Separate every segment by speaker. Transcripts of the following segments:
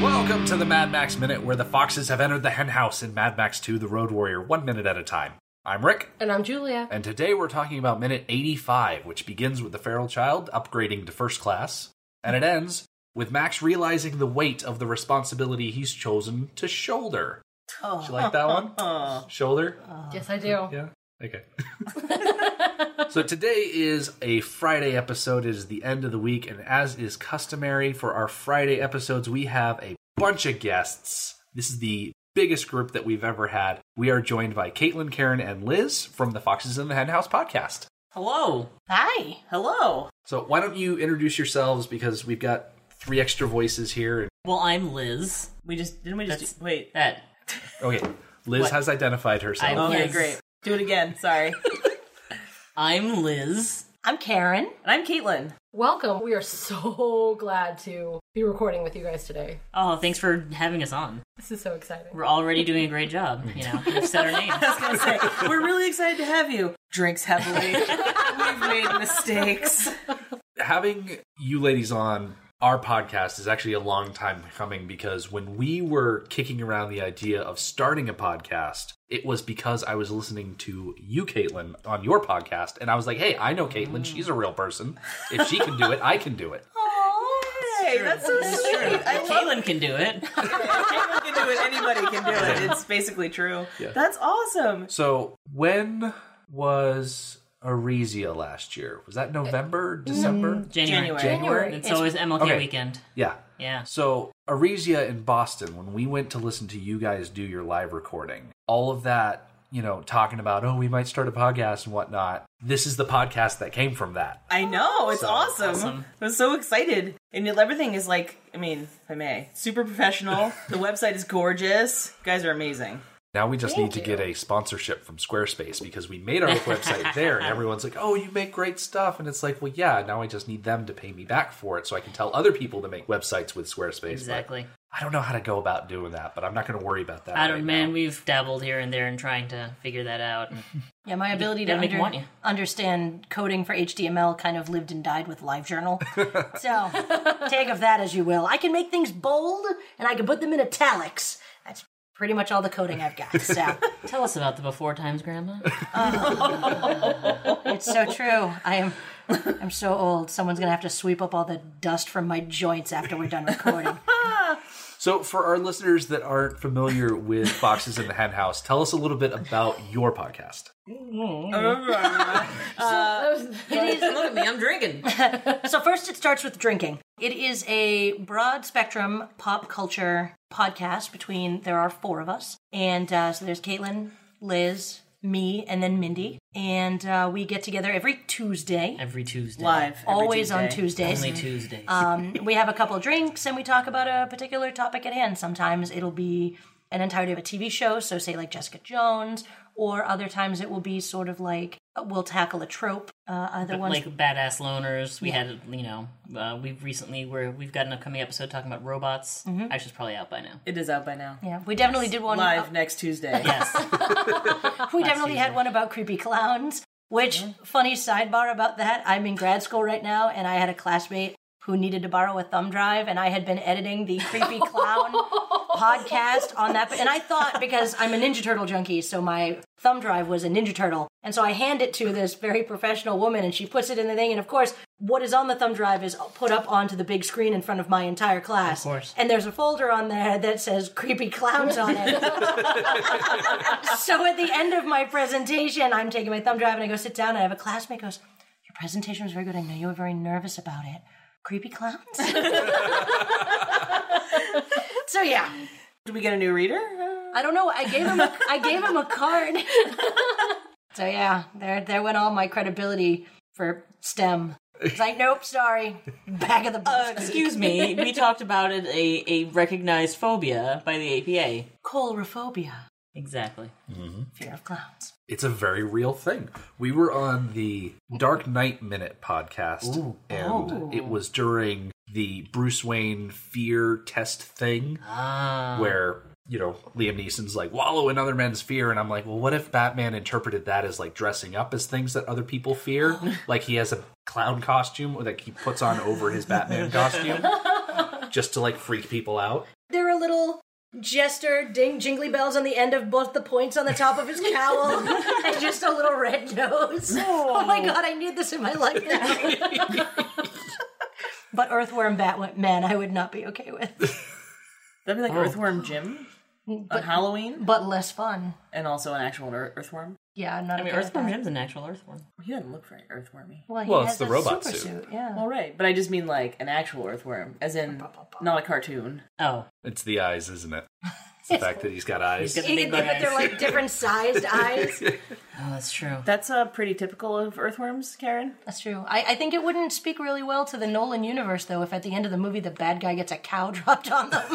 Speaker 1: Welcome to the Mad Max Minute, where the foxes have entered the hen house in Mad Max 2 The Road Warrior, one minute at a time. I'm Rick,
Speaker 2: And I'm Julia.
Speaker 1: and today we're talking about minute 85, which begins with the feral child upgrading to first class, and it ends with Max realizing the weight of the responsibility he's chosen to shoulder. Did you like that one? Shoulder?
Speaker 2: yes, I do.
Speaker 1: Yeah. Okay. so today is a Friday episode. It is the end of the week, and as is customary for our Friday episodes, we have a bunch of guests. This is the biggest group that we've ever had. We are joined by Caitlin, Karen, and Liz from the Foxes in the Hen House podcast.
Speaker 3: Hello.
Speaker 2: Hi.
Speaker 3: Hello.
Speaker 1: So why don't you introduce yourselves because we've got three extra voices here.
Speaker 3: Well, I'm Liz. We just didn't we just do- wait that.
Speaker 1: Okay, Liz
Speaker 3: What?
Speaker 1: has identified herself.
Speaker 3: I'm-
Speaker 4: Okay,
Speaker 3: Yes.
Speaker 4: great. Do it again. Sorry.
Speaker 3: I'm Liz.
Speaker 4: I'm Karen. And I'm Caitlin.
Speaker 2: Welcome. We are so glad to be recording with you guys today.
Speaker 3: Oh, thanks for having us on.
Speaker 2: This is so exciting.
Speaker 3: We're already doing a great job. You know, we've said our names.
Speaker 4: I was gonna say, we're really excited to have you. Drinks heavily. We've made mistakes.
Speaker 1: having you ladies on our podcast is actually a long time coming because when we were kicking around the idea of starting a podcast, it was because I was listening to you, Caitlin, on your podcast. And I was like, hey, I know Caitlin. She's a real person. If she can do it, I can do it.
Speaker 4: Oh, hey, that's so sweet. I love
Speaker 3: Caitlin can do it.
Speaker 4: Caitlin can do it. Anybody can do it. It's basically true. That's awesome.
Speaker 1: So when was Aresia last year? Was that November, December?
Speaker 3: January.
Speaker 4: January.
Speaker 1: January?
Speaker 3: It's always MLK
Speaker 1: Okay.
Speaker 3: weekend.
Speaker 1: Yeah.
Speaker 3: Yeah.
Speaker 1: So, Aresia in Boston, when we went to listen to you guys do your live recording, all of that, you know, talking about, oh, we might start a podcast and whatnot. This is the podcast that came from that.
Speaker 4: I know. It's awesome.
Speaker 3: awesome.
Speaker 4: I was so excited. And everything is like, I mean, if I may, super professional. the website is gorgeous. You guys are amazing.
Speaker 1: Now we just
Speaker 2: Thank
Speaker 1: need to
Speaker 2: you.
Speaker 1: get a sponsorship from Squarespace because we made our website there and everyone's like, oh, you make great stuff. And it's like, well, yeah, now I just need them to pay me back for it so I can tell other people to make websites with Squarespace. But
Speaker 3: Exactly.
Speaker 1: I don't know how to go about doing that, but I'm not going to worry about that.
Speaker 3: I don't.
Speaker 1: right
Speaker 3: Man,
Speaker 1: now.
Speaker 3: we've dabbled here and there and trying to figure that out.
Speaker 5: Yeah, my ability to
Speaker 3: gotta make 'em want
Speaker 5: under-
Speaker 3: you.
Speaker 5: understand coding for HTML kind of lived and died with LiveJournal. so take of that as you will. I can make things bold and I can put them in italics. That's pretty much all the coding I've got. So
Speaker 3: Tell us about the before times, Grandma.
Speaker 5: it's so true. I am I'm so old. Someone's gonna have to sweep up all the dust from my joints after we're done recording.
Speaker 1: So, for our listeners that aren't familiar with Foxes in the Hen House, tell us a little bit about your podcast.
Speaker 3: Look at me. I'm drinking.
Speaker 5: so first it starts with drinking it is a broad spectrum pop culture podcast between there are four of us and uh, so there's caitlin liz me and then mindy and uh, we get together every tuesday
Speaker 3: Every Tuesday.
Speaker 4: Live. every
Speaker 5: always on
Speaker 4: Tuesday.
Speaker 5: tuesdays
Speaker 3: Only Tuesdays.
Speaker 5: um, we have a couple drinks and we talk about a particular topic at hand. Sometimes it'll be an entirety of a TV show, so say like Jessica Jones, or other times it will be sort of like uh, we'll tackle a trope. Uh, other ones,
Speaker 3: like badass loners. We had, you know, uh, we've recently where we've got an upcoming episode talking about robots. Actually, it's probably out by now.
Speaker 4: It is out by now.
Speaker 5: yeah, we definitely did one uh,
Speaker 4: Live next Tuesday.
Speaker 3: Yes,
Speaker 5: We definitely had one about creepy clowns, which, funny sidebar about that, I'm in grad school right now and I had a classmate who needed to borrow a thumb drive and I had been editing the creepy clown podcast on that. And I thought, because I'm a Ninja Turtle junkie, so my thumb drive was a Ninja Turtle. And so I hand it to this very professional woman and she puts it in the thing. And of course, what is on the thumb drive is put up onto the big screen in front of my entire class. Of
Speaker 3: course.
Speaker 5: And there's a folder on there that says creepy clowns on it. So at the end of my presentation, I'm taking my thumb drive and I go sit down and I have a classmate goes, Your presentation was very good. I know you were very nervous about it. Creepy clowns? so yeah.
Speaker 4: Did we get a new reader?
Speaker 5: I don't know. I gave him a, I gave him a card. so yeah, there there went all my credibility for STEM. It's like, nope, sorry. Back of the
Speaker 3: Uh,
Speaker 5: bus.
Speaker 3: excuse me. We talked about it, a a recognized phobia by the APA.
Speaker 5: Colrophobia.
Speaker 3: Exactly.
Speaker 5: Fear of clowns.
Speaker 1: It's a very real thing. We were on the Dark Knight Minute podcast, and it was during the Bruce Wayne fear test thing Ah. where. You know, Liam Neeson's like, wallow in other men's fear. And I'm like, well, what if Batman interpreted that as like dressing up as things that other people fear? like he has a clown costume that he puts on over his Batman costume just to like freak people out.
Speaker 5: There are little jester ding jingly bells on the end of both the points on the top of his cowl and just a little red nose. Oh my god, I need this in my life now. but Earthworm Batman, I would not be okay with.
Speaker 4: That'd be like Earthworm Jim on Halloween,
Speaker 5: But less fun.
Speaker 4: and also an actual ear- earthworm.
Speaker 5: Yeah, I'm not
Speaker 3: I mean,
Speaker 5: okay with
Speaker 3: Earthworm
Speaker 5: that.
Speaker 3: Jim's an actual Earthworm.
Speaker 4: He doesn't look very earthwormy.
Speaker 5: Well, he
Speaker 6: Well,
Speaker 5: has
Speaker 6: it's the
Speaker 5: that
Speaker 6: robot
Speaker 5: super
Speaker 6: suit.
Speaker 5: Yeah.
Speaker 4: All right, but I just mean like an actual earthworm, as in not a cartoon.
Speaker 3: Oh,
Speaker 1: It's the eyes, isn't it? It's the fact that he's got eyes.
Speaker 3: got-
Speaker 5: You can
Speaker 3: Big
Speaker 5: think
Speaker 3: bug
Speaker 5: that they're
Speaker 3: eyes.
Speaker 5: like different sized eyes.
Speaker 3: oh, that's true.
Speaker 4: That's uh, pretty typical of earthworms, Karen.
Speaker 5: That's true. I, I think it wouldn't speak really well to the Nolan universe, though, if at the end of the movie the bad guy gets a cow dropped on them,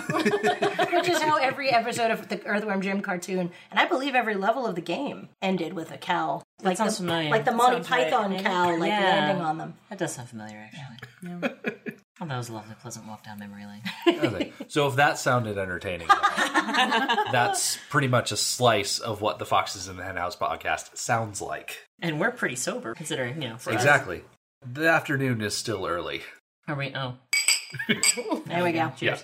Speaker 5: which is how every episode of the Earthworm Jim cartoon, and I believe every level of the game, ended with a cow. Like
Speaker 3: sounds
Speaker 5: the,
Speaker 3: familiar.
Speaker 5: Like the
Speaker 3: That
Speaker 5: Monty
Speaker 4: sounds right.
Speaker 5: Python cow, like
Speaker 3: Yeah.
Speaker 5: landing on them.
Speaker 3: That does sound familiar, actually. Oh, that was a lovely, pleasant walk down memory lane.
Speaker 1: Okay. So if that sounded entertaining, that's pretty much a slice of what the Foxes in the Henhouse podcast sounds like.
Speaker 3: and we're pretty sober, considering, you know, for us.
Speaker 1: Exactly. The afternoon is still early.
Speaker 3: Are we? Oh,
Speaker 5: There we go.
Speaker 3: cheers.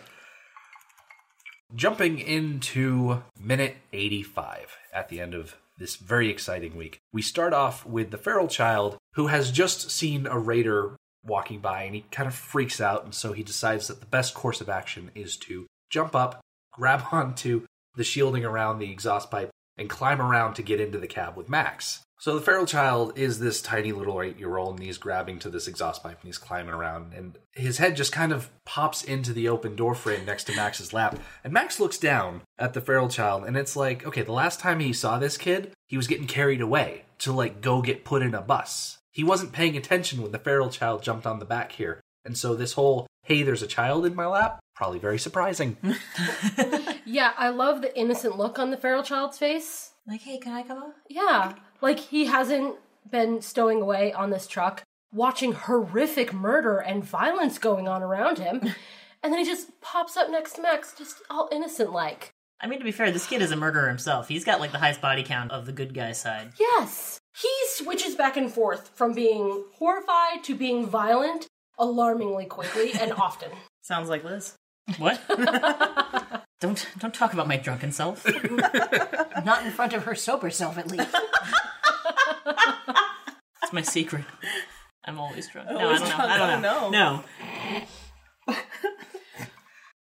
Speaker 1: Jumping into minute 85 at the end of this very exciting week, we start off with the feral child who has just seen a raider walking by and he kind of freaks out. And so he decides that the best course of action is to jump up, grab onto the shielding around the exhaust pipe, and climb around to get into the cab with Max. So the feral child is this tiny little eight year old, and he's grabbing to this exhaust pipe and he's climbing around, and his head just kind of pops into the open door frame next to Max's lap. And Max looks down at the feral child, and it's like, okay, the last time he saw this kid, he was getting carried away to like go get put in a bus. He wasn't paying attention when the feral child jumped on the back here. And so this whole, hey, there's a child in my lap, probably very surprising.
Speaker 2: Yeah, I love the innocent look on the feral child's face.
Speaker 3: Like, hey, can I come up?
Speaker 2: Yeah, like he hasn't been stowing away on this truck, watching horrific murder and violence going on around him. And then he just pops up next to Max, just all innocent like.
Speaker 3: I mean, to be fair, this kid is a murderer himself. He's got like the highest body count of the good guy side.
Speaker 2: Yes. He switches back and forth from being horrified to being violent alarmingly quickly and often.
Speaker 4: Sounds like Liz.
Speaker 3: What? don't don't talk about my drunken self.
Speaker 5: Not in front of her sober self, at least.
Speaker 3: It's my secret. I'm always drunk. No,
Speaker 4: Always
Speaker 3: I don't
Speaker 4: drunk.
Speaker 3: know. I
Speaker 4: Oh,
Speaker 3: don't know.
Speaker 4: no.
Speaker 3: No.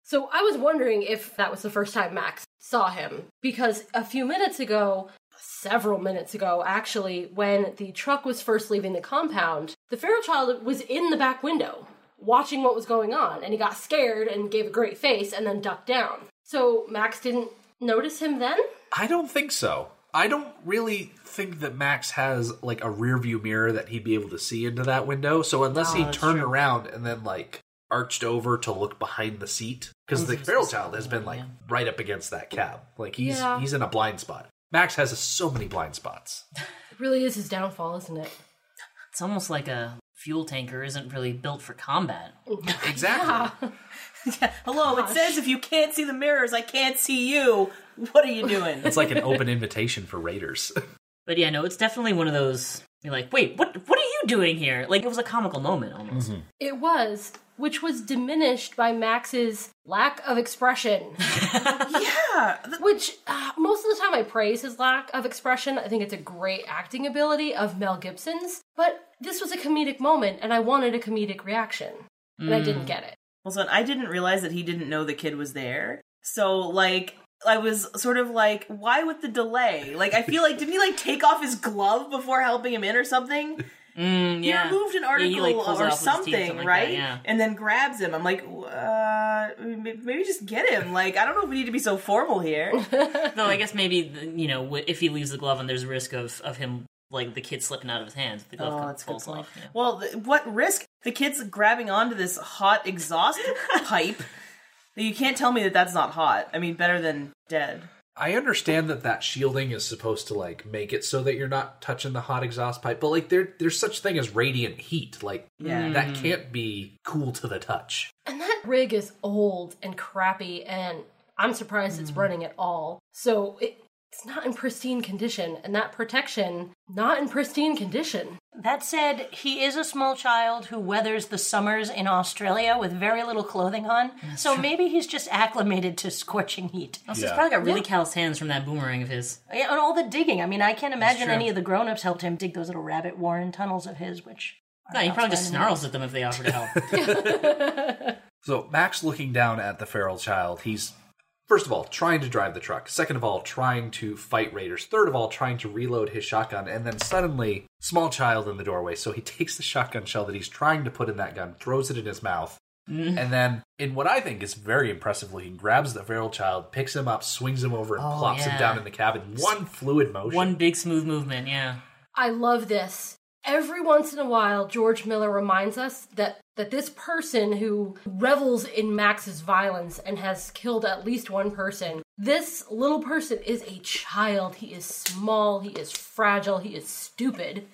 Speaker 2: So I was wondering if that was the first time Max saw him because a few minutes ago, several minutes ago actually, when the truck was first leaving the compound, the feral child was in the back window watching what was going on and he got scared and gave a great face and then ducked down. So Max didn't notice him then?
Speaker 1: I don't think so. I don't really think that Max has like a rear view mirror that he'd be able to see into that window. So unless he turned around and then like arched over to look behind the seat, because the feral child has been like right up against that cab, like he's
Speaker 2: Yeah.
Speaker 1: he's in a blind spot. Max has so many blind spots.
Speaker 2: It really is his downfall, isn't it?
Speaker 3: It's almost like a fuel tanker isn't really built for combat.
Speaker 1: Exactly.
Speaker 4: Hello, it says if you can't see the mirrors, I can't see you. What are you doing?
Speaker 1: It's like an open invitation for raiders.
Speaker 3: But yeah, no, it's definitely one of those. You're like, wait, what? What are you doing here? Like, it was a comical moment almost.
Speaker 2: It was, which was diminished by Max's lack of expression.
Speaker 4: yeah,
Speaker 2: which uh, most of the time I praise his lack of expression. I think it's a great acting ability of Mel Gibson's, but this was a comedic moment and I wanted a comedic reaction, and I didn't get it.
Speaker 4: Also, and I didn't realize that he didn't know the kid was there. So, like, I was sort of like, why with the delay? Like, I feel like, didn't he, like, take off his glove before helping him in or something?
Speaker 3: Mm, yeah.
Speaker 4: He removed an
Speaker 3: Yeah,
Speaker 4: article
Speaker 3: he, like, pulls it
Speaker 4: or
Speaker 3: off with his teeth,
Speaker 4: something,
Speaker 3: like that,
Speaker 4: right?
Speaker 3: yeah.
Speaker 4: And then grabs him. I'm like, uh, m- maybe just get him. Like, I don't know if we need to be so formal here.
Speaker 3: Though I guess maybe the- you know w- if he leaves the glove on, there's risk of of him like the kid slipping out of his hands. if The glove
Speaker 4: Oh,
Speaker 3: co-
Speaker 4: that's a good
Speaker 3: falls
Speaker 4: point.
Speaker 3: off. yeah.
Speaker 4: Well, th- what risk? The kid's grabbing onto this hot exhaust pipe. You can't tell me that that's not hot. I mean, better than dead.
Speaker 1: I understand that that shielding is supposed to like make it so that you're not touching the hot exhaust pipe, but like there there's such thing as radiant heat. Like
Speaker 4: Yeah.
Speaker 1: that can't be cool to the touch.
Speaker 2: And that rig is old and crappy, and I'm surprised it's running at all. So it, it's not in pristine condition, and that protection, not in pristine condition.
Speaker 5: That said, he is a small child who weathers the summers in Australia with very little clothing on, so maybe he's just acclimated to scorching heat.
Speaker 3: Also, he's probably got really callous hands from that boomerang of his.
Speaker 5: Yeah, And all the digging. I mean, I can't imagine
Speaker 3: true.
Speaker 5: any of the grown ups helped him dig those little rabbit warren tunnels of his, which. are
Speaker 3: No, he probably just
Speaker 5: outstanding.
Speaker 3: snarls at them if they offer to help.
Speaker 1: So Max looking down at the feral child, he's first of all trying to drive the truck, second of all trying to fight raiders, third of all trying to reload his shotgun, and then suddenly small child in the doorway. So he takes the shotgun shell that he's trying to put in that gun, throws it in his mouth,
Speaker 3: Mm.
Speaker 1: and then in what I think is very impressively, he grabs the feral child, picks him up, swings him over, and
Speaker 3: Oh,
Speaker 1: plops
Speaker 3: yeah.
Speaker 1: him down in the cabin. One fluid motion.
Speaker 3: One big smooth movement, yeah.
Speaker 2: I love this. Every once in a while, George Miller reminds us that, that this person who revels in Max's violence and has killed at least one person, this little person is a child. He is small, he is fragile, he is stupid.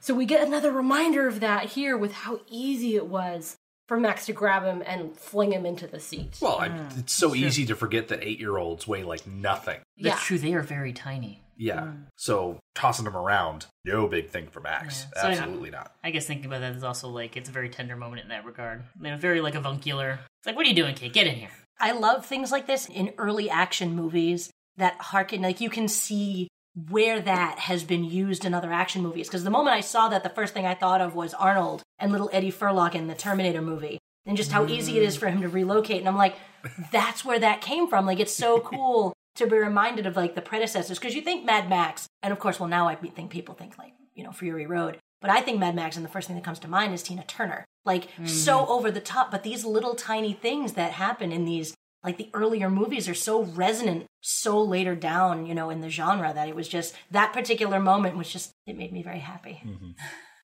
Speaker 2: So we get another reminder of that here with how easy it was for Max to grab him and fling him into the seat.
Speaker 1: Well, I,
Speaker 3: Mm,
Speaker 1: it's so easy to forget that eight-year-olds weigh like nothing.
Speaker 3: That's
Speaker 2: yeah.
Speaker 3: true, they are very tiny.
Speaker 1: Yeah.
Speaker 3: Mm.
Speaker 1: So tossing him around, no big thing for Max.
Speaker 3: Yeah. So, yeah.
Speaker 1: Absolutely not.
Speaker 3: I guess thinking about that is also like it's a very tender moment in that regard. They're very like avuncular. It's like, what are you doing, kid? Get in here.
Speaker 5: I love things like this in early action movies that harken, like, you can see where that has been used in other action movies. Because the moment I saw that, the first thing I thought of was Arnold and little Eddie Furlock in the Terminator movie, and just how easy it is for him to relocate. And I'm like, that's where that came from. Like, it's so cool to be reminded of, like, the predecessors. Because you think Mad Max, and of course, well, now I think people think, like, you know, Fury Road. But I think Mad Max, and the first thing that comes to mind is Tina Turner. Like, so over the top, but these little tiny things that happen in these like the earlier movies are so resonant so later down you know in the genre that it was just that particular moment was just it made me very happy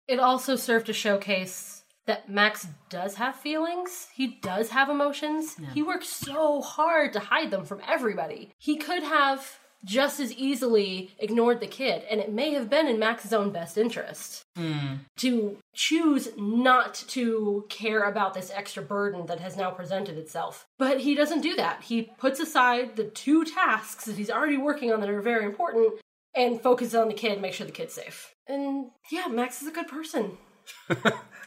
Speaker 2: It also served to showcase that Max does have feelings. He does have emotions. He works so hard to hide them from everybody. He could have just as easily ignored the kid, and it may have been in Max's own best interest to choose not to care about this extra burden that has now presented itself. But he doesn't do that. He puts aside the two tasks that he's already working on that are very important and focuses on the kid, make sure the kid's safe. And yeah, Max is a good person.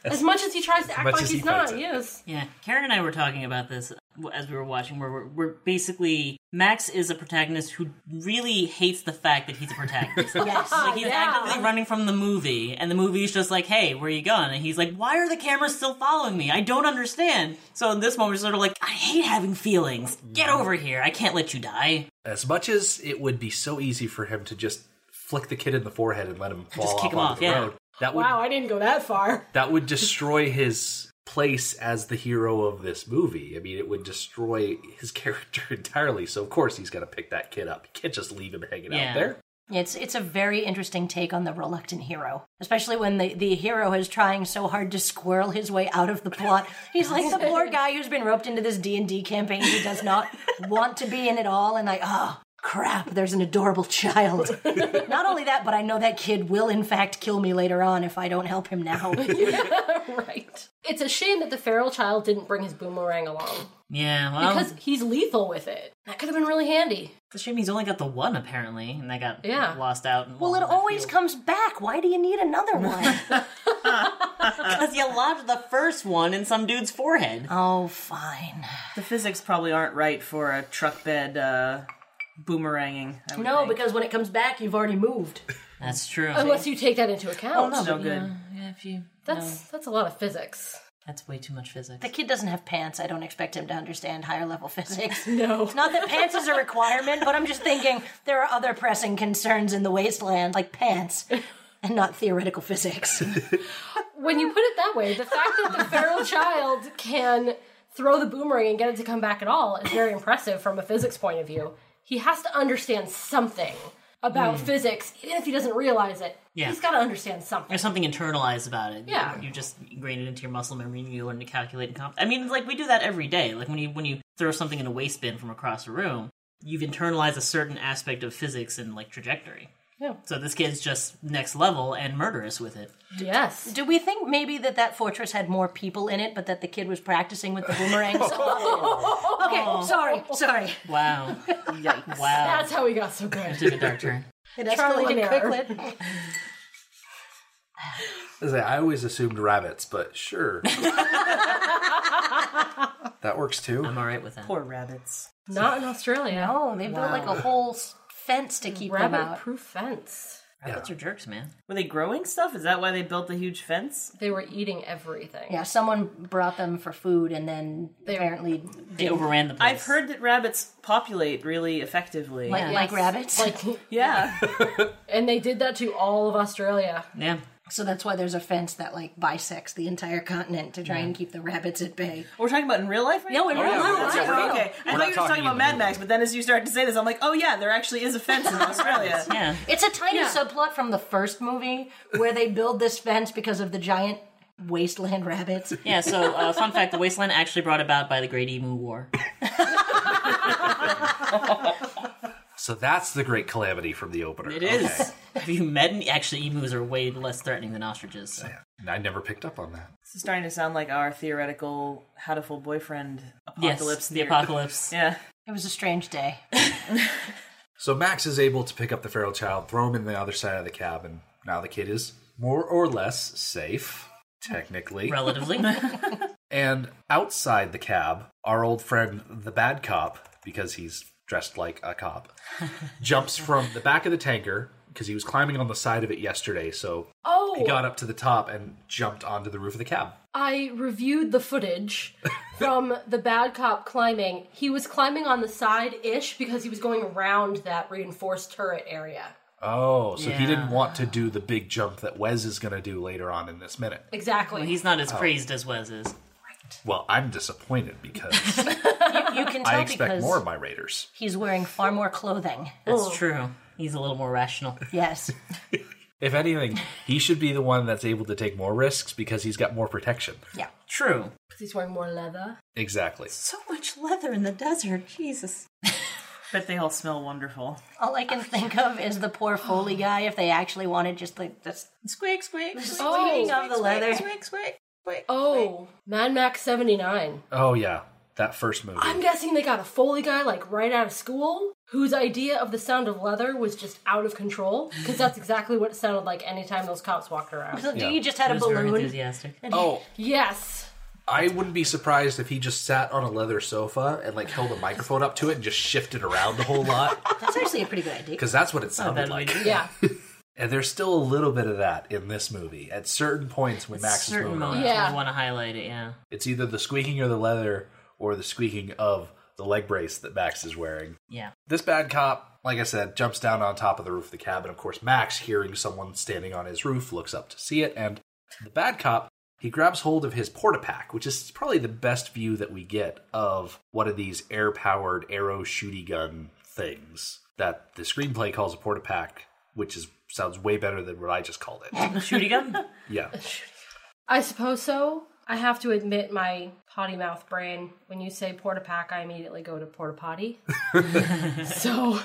Speaker 2: as much as he tries to act
Speaker 1: much
Speaker 2: like
Speaker 1: as he
Speaker 2: he's not,
Speaker 1: fights it.
Speaker 2: yes.
Speaker 3: Yeah, Karen and I were talking about this as we were watching, where we're, we're basically Max is a protagonist who really hates the fact that he's a protagonist.
Speaker 5: yes
Speaker 3: Like he's actively running from the movie, and the movie's just like, "Hey, where you going?" And he's like, "Why are the cameras still following me? I don't understand." So in this moment, we're sort of like, "I hate having feelings. Get over here. I can't let you die.
Speaker 1: As much as it would be so easy for him to just flick the kid in the forehead and let him fall off
Speaker 3: kick
Speaker 1: onto
Speaker 3: him off,
Speaker 1: the
Speaker 3: yeah.
Speaker 1: road, that would
Speaker 2: Wow, I didn't go that far.
Speaker 1: that would destroy his place as the hero of this movie. I mean, it would destroy his character entirely. So of course he's going to pick that kid up. He can't just leave him hanging
Speaker 3: Yeah.
Speaker 1: out there.
Speaker 5: it's it's a very interesting take on the reluctant hero especially when the, the hero is trying so hard to squirrel his way out of the plot he's like the poor guy who's been roped into this d&d campaign who does not want to be in it all and like oh crap there's an adorable child not only that but i know that kid will in fact kill me later on if i don't help him now
Speaker 2: right. It's a shame that the feral child didn't bring his boomerang along
Speaker 3: Yeah, well,
Speaker 2: because he's lethal with it. That could have been really handy.
Speaker 3: it's a shame he's only got the one apparently, and that got
Speaker 2: Yeah.
Speaker 3: lost out. in
Speaker 5: Well, it
Speaker 3: left
Speaker 5: always
Speaker 3: field.
Speaker 5: comes back. Why do you need another one?
Speaker 3: because you lodged the first one in some dude's forehead.
Speaker 5: oh, fine.
Speaker 4: The physics probably aren't right for a truck bed uh, boomeranging. I would
Speaker 5: No,
Speaker 4: think.
Speaker 5: because when it comes back, you've already moved.
Speaker 3: That's true.
Speaker 5: Oh,
Speaker 2: Unless you take that into account.
Speaker 4: Oh, no good.
Speaker 3: Yeah, if you
Speaker 2: That's that's a lot of physics.
Speaker 3: that's way too much physics.
Speaker 5: The kid doesn't have pants. I don't expect him to understand higher level physics.
Speaker 2: No.
Speaker 5: Not that pants is a requirement, but I'm just thinking there are other pressing concerns in the wasteland, like pants, and not theoretical physics.
Speaker 2: when you put it that way, the fact that the feral child can throw the boomerang and get it to come back at all is very impressive from a physics point of view. He has to understand something about physics, even if he doesn't realize it.
Speaker 3: Yeah.
Speaker 2: He's got to understand something.
Speaker 3: There's something internalized about it.
Speaker 2: Yeah.
Speaker 3: you, you just ingrained it into your muscle memory, and you learn to calculate and comp. I mean, like we do that every day. Like when you when you throw something in a waste bin from across the room, you've internalized a certain aspect of physics and like trajectory.
Speaker 2: Yeah.
Speaker 3: So this kid's just next level and murderous with it.
Speaker 2: Yes.
Speaker 5: Do we think maybe that that fortress had more people in it, but that the kid was practicing with the Oh. boomerang? okay, sorry, sorry.
Speaker 3: Wow. Wow.
Speaker 4: Yikes.
Speaker 2: That's how we got so good.
Speaker 3: Took a dark turn.
Speaker 5: It
Speaker 2: Trial
Speaker 5: escalated
Speaker 2: and error.
Speaker 5: quickly.
Speaker 1: As I, I always assumed rabbits, but sure. that works too.
Speaker 3: I'm all right with that.
Speaker 4: Poor rabbits.
Speaker 2: Not in Australia.
Speaker 5: No, Oh, they built like a whole s- fence to keep them
Speaker 2: Rabbit
Speaker 5: out.
Speaker 2: proof fence.
Speaker 3: Rabbits are jerks, man.
Speaker 4: Were they growing stuff? Is that why they built the huge fence?
Speaker 2: They were eating everything.
Speaker 5: Yeah, someone brought them for food, and then they apparently
Speaker 3: They overran the place.
Speaker 4: I've heard that rabbits populate really effectively.
Speaker 5: like,
Speaker 3: Yeah.
Speaker 5: like rabbits.
Speaker 2: Like,
Speaker 4: yeah.
Speaker 2: and they did that to all of Australia.
Speaker 3: Yeah.
Speaker 5: so that's why there's a fence that like bisects the entire continent to try and keep the rabbits at bay.
Speaker 4: We're talking about in real life right
Speaker 5: No, in
Speaker 4: now? Oh,
Speaker 5: real
Speaker 1: yeah,
Speaker 5: life.
Speaker 1: yeah, we're not-
Speaker 4: Okay, I
Speaker 1: we're
Speaker 4: thought
Speaker 1: not
Speaker 4: you were
Speaker 1: talking
Speaker 4: talking
Speaker 1: in
Speaker 4: about
Speaker 1: the
Speaker 4: Mad
Speaker 1: movie.
Speaker 4: Max, but then as you started to say this, I'm like, oh yeah, there actually is a fence in Australia.
Speaker 3: Yeah.
Speaker 5: It's a tiny subplot from the first movie where they build this fence because of the giant wasteland rabbits.
Speaker 3: Yeah, so uh, fun fact the wasteland actually brought about by the Great Emu War.
Speaker 1: So that's the great calamity from the opener.
Speaker 3: It is. Have you met any? Actually, emus are way less threatening than ostriches. so-
Speaker 1: And I never picked up on that.
Speaker 4: This is starting to sound like our theoretical how to fool boyfriend
Speaker 3: Yes,
Speaker 4: apocalypse.
Speaker 3: the
Speaker 4: theory.
Speaker 3: apocalypse.
Speaker 4: Yeah.
Speaker 5: It was a strange day.
Speaker 1: So Max is able to pick up the feral child, throw him in the other side of the cabin. Now the kid is more or less safe, technically.
Speaker 3: Relatively.
Speaker 1: And outside the cab, our old friend, the bad cop, because he's dressed like a cop, jumps from the back of the tanker because he was climbing on the side of it yesterday. So
Speaker 2: Oh,
Speaker 1: he got up to the top and jumped onto the roof of the cab.
Speaker 2: I reviewed the footage from the bad cop climbing. He was climbing on the side ish because he was going around that reinforced turret area.
Speaker 1: Oh, so he
Speaker 3: Yeah.
Speaker 1: didn't want to do the big jump that Wes is going to do later on in this minute.
Speaker 2: Exactly.
Speaker 3: He's not as crazed as Wes is.
Speaker 1: Well, I'm disappointed because
Speaker 5: You can
Speaker 1: I
Speaker 5: tell
Speaker 1: expect
Speaker 5: because
Speaker 1: more of my Raiders.
Speaker 5: he's wearing far more clothing.
Speaker 3: That's true. He's a little more rational.
Speaker 5: Yes.
Speaker 1: If anything, he should be the one that's able to take more risks because he's got more protection.
Speaker 5: Yeah.
Speaker 3: True.
Speaker 2: He's wearing more leather.
Speaker 1: Exactly.
Speaker 3: So much leather in the desert. Jesus.
Speaker 4: But they all smell wonderful.
Speaker 5: All I can think of is the poor Foley guy if they actually wanted just like this
Speaker 3: Squeak, squeak.
Speaker 5: squeaking of the leather.
Speaker 2: Oh, Mad Max 79.
Speaker 1: Oh, yeah. That first movie.
Speaker 2: I'm guessing they got a Foley guy like right out of school whose idea of the sound of leather was just out of control because that's exactly what it sounded like anytime those cops walked around.
Speaker 5: So do you just had
Speaker 3: He
Speaker 5: a
Speaker 3: was very
Speaker 5: balloon?
Speaker 3: enthusiastic.
Speaker 1: oh,
Speaker 2: Yes.
Speaker 1: I wouldn't be surprised if he just sat on a leather sofa and like held a microphone up to it and just shifted around a whole lot
Speaker 5: That's actually a pretty good idea.
Speaker 1: because that's what it sounded
Speaker 3: bad
Speaker 1: like.
Speaker 3: idea.
Speaker 2: Yeah.
Speaker 1: And there's still a little bit of that in this movie. At certain points when Max is
Speaker 3: Certain
Speaker 1: moving
Speaker 3: moments.
Speaker 1: around,
Speaker 2: Yeah.
Speaker 3: I want to highlight it, yeah.
Speaker 1: it's either the squeaking or the leather or the squeaking of the leg brace that Max is wearing.
Speaker 3: Yeah.
Speaker 1: This bad cop, like I said, jumps down on top of the roof of the cabin. Of course, Max, hearing someone standing on his roof, looks up to see it. And the bad cop, he grabs hold of his porta pack, which is probably the best view that we get of one of these air powered arrow shooty gun things that the screenplay calls a porta pack, which is sounds way better than what I just called it.
Speaker 3: Shooty gun?
Speaker 1: Yeah.
Speaker 2: I suppose so. I have to admit my potty mouth brain. When you say porta pack, I immediately go to porta potty. so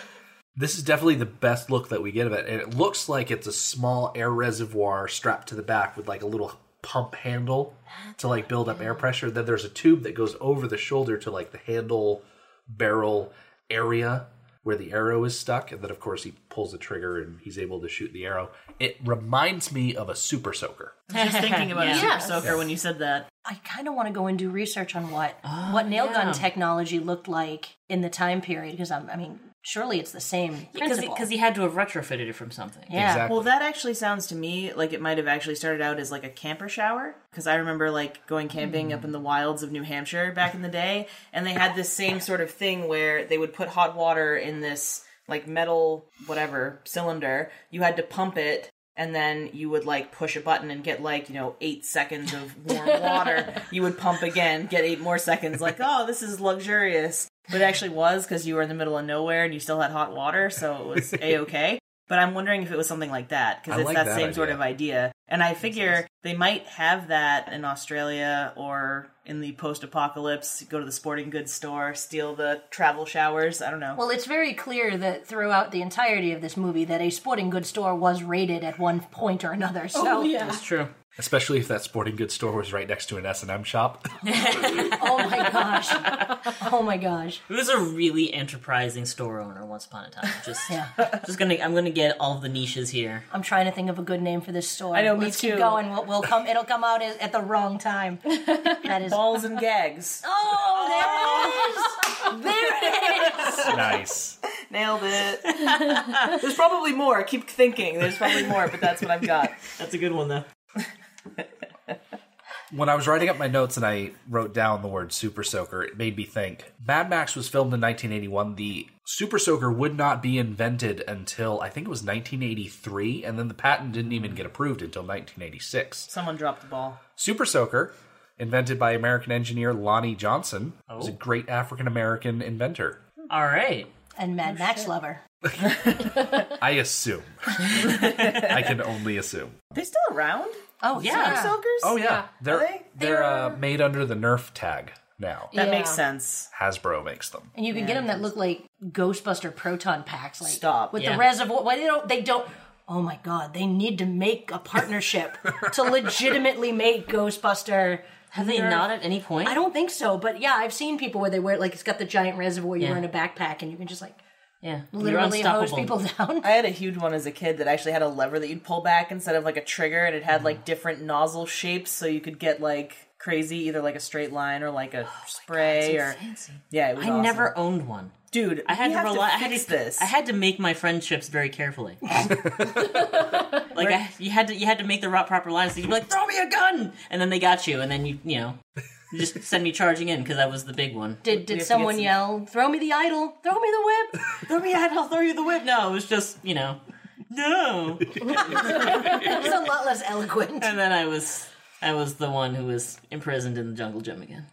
Speaker 1: This is definitely the best look that we get of it. And it looks like it's a small air reservoir strapped to the back with like a little pump handle to like build up air pressure. Then there's a tube that goes over the shoulder to like the handle barrel area where the arrow is stuck. And then, of course, he pulls the trigger and he's able to shoot the arrow. It reminds me of a super soaker.
Speaker 4: I was just thinking about a
Speaker 2: Yes.
Speaker 4: super soaker when you said that.
Speaker 5: I kind of want to go and do research on what what nail
Speaker 3: Ah, yeah.
Speaker 5: gun technology looked like in the time period because I'm, I mean, surely it's the same
Speaker 3: Because
Speaker 5: principle.
Speaker 3: he, had to have retrofitted it from something.
Speaker 5: yeah.
Speaker 1: Exactly.
Speaker 4: Well, that actually sounds to me like it might have actually started out as like a camper shower because I remember like going camping up in the wilds of New Hampshire back in the day, and they had this same sort of thing where they would put hot water in this like metal whatever cylinder. You had to pump it. And then you would like push a button and get like, you know, eight seconds of warm water. You would pump again, get eight more seconds, like, oh, this is luxurious. But it actually was because you were in the middle of nowhere and you still had hot water, so it was A okay. But I'm wondering if it was something like that because
Speaker 1: I
Speaker 4: it's
Speaker 1: like
Speaker 4: that,
Speaker 1: that
Speaker 4: same sort
Speaker 1: idea.
Speaker 4: of idea. And I figure they might have that in Australia or in the post-apocalypse. Go to the sporting goods store, steal the travel showers. I don't know.
Speaker 5: Well, it's very clear that throughout the entirety of this movie that a sporting goods store was raided at one point or another. So, oh,
Speaker 3: That's true.
Speaker 1: Especially if that sporting goods store was right next to an S and M shop.
Speaker 5: my gosh. Oh my gosh.
Speaker 3: He was a really enterprising store owner once upon a time. Just, just gonna, I'm gonna get all the niches here.
Speaker 5: I'm trying to think of a good name for this store. I
Speaker 4: know, me
Speaker 5: Let's
Speaker 4: too.
Speaker 5: keep going. We'll, we'll come. It'll come out as, at the wrong time. That is.
Speaker 4: Balls and gags.
Speaker 5: Oh, there it is. There it is.
Speaker 1: nice.
Speaker 4: Nailed it. There's probably more. Keep thinking. There's probably more, but that's what I've got.
Speaker 3: That's a good one though.
Speaker 1: When I was writing up my notes and I wrote down the word Super Soaker, it made me think Mad Max was filmed in 1981. The Super Soaker would not be invented until I think it was 1983, and then the patent didn't even get approved until 1986.
Speaker 4: Someone dropped the ball.
Speaker 1: Super Soaker, invented by American engineer Lonnie Johnson, was a great African American inventor.
Speaker 3: All right.
Speaker 5: And Mad Max lover.
Speaker 1: I assume. I can only assume.
Speaker 4: They still around?
Speaker 5: Oh
Speaker 3: yeah.
Speaker 4: Soakers?
Speaker 1: Oh yeah, they're
Speaker 4: Are they?
Speaker 1: they're uh, made under the Nerf tag now.
Speaker 4: That
Speaker 2: Yeah.
Speaker 4: makes sense.
Speaker 1: Hasbro makes them.
Speaker 5: And you can get them that look like Ghostbuster proton packs. Like
Speaker 4: Stop.
Speaker 5: with
Speaker 3: Yeah.
Speaker 5: the reservoir. Well, they don't. They don't. Oh my god! They need to make a partnership to legitimately make Ghostbuster.
Speaker 3: Have they not at any point?
Speaker 5: I don't think so, but yeah, I've seen people where they wear it, like it's got the giant reservoir you
Speaker 3: Yeah.
Speaker 5: wear in a backpack, and you can just like
Speaker 3: Yeah.
Speaker 5: literally
Speaker 3: You're
Speaker 5: hose
Speaker 3: unstoppable.
Speaker 5: people down.
Speaker 4: I had a huge one as a kid that actually had a lever that you'd pull back instead of like a trigger, and it had
Speaker 3: Mm-hmm.
Speaker 4: like different nozzle shapes, so you could get like crazy, either like a straight line or
Speaker 3: Oh
Speaker 4: like a spray or
Speaker 3: Fancy.
Speaker 4: yeah. It was
Speaker 3: I
Speaker 4: awesome.
Speaker 3: never owned one.
Speaker 4: dude.
Speaker 3: I had
Speaker 4: we
Speaker 3: to
Speaker 4: have
Speaker 3: rely.
Speaker 4: To
Speaker 3: I had
Speaker 4: fix
Speaker 3: to.
Speaker 4: this.
Speaker 3: I had to make my friendships very carefully. like I, you had to, you had to make the ro- proper lines. So you'd be like, "Throw me a gun," and then they got you, and then you, you know, you just send me charging in because I was the big one.
Speaker 5: Did
Speaker 4: have to
Speaker 5: did
Speaker 4: get
Speaker 5: someone
Speaker 4: some-
Speaker 5: yell, "Throw me the idol, throw me the whip"?
Speaker 3: throw me a hat, I'll throw you the whip. No, it was just you know, no.
Speaker 5: That was a lot less eloquent.
Speaker 3: And then I was, I was the one who was imprisoned in the jungle gym again.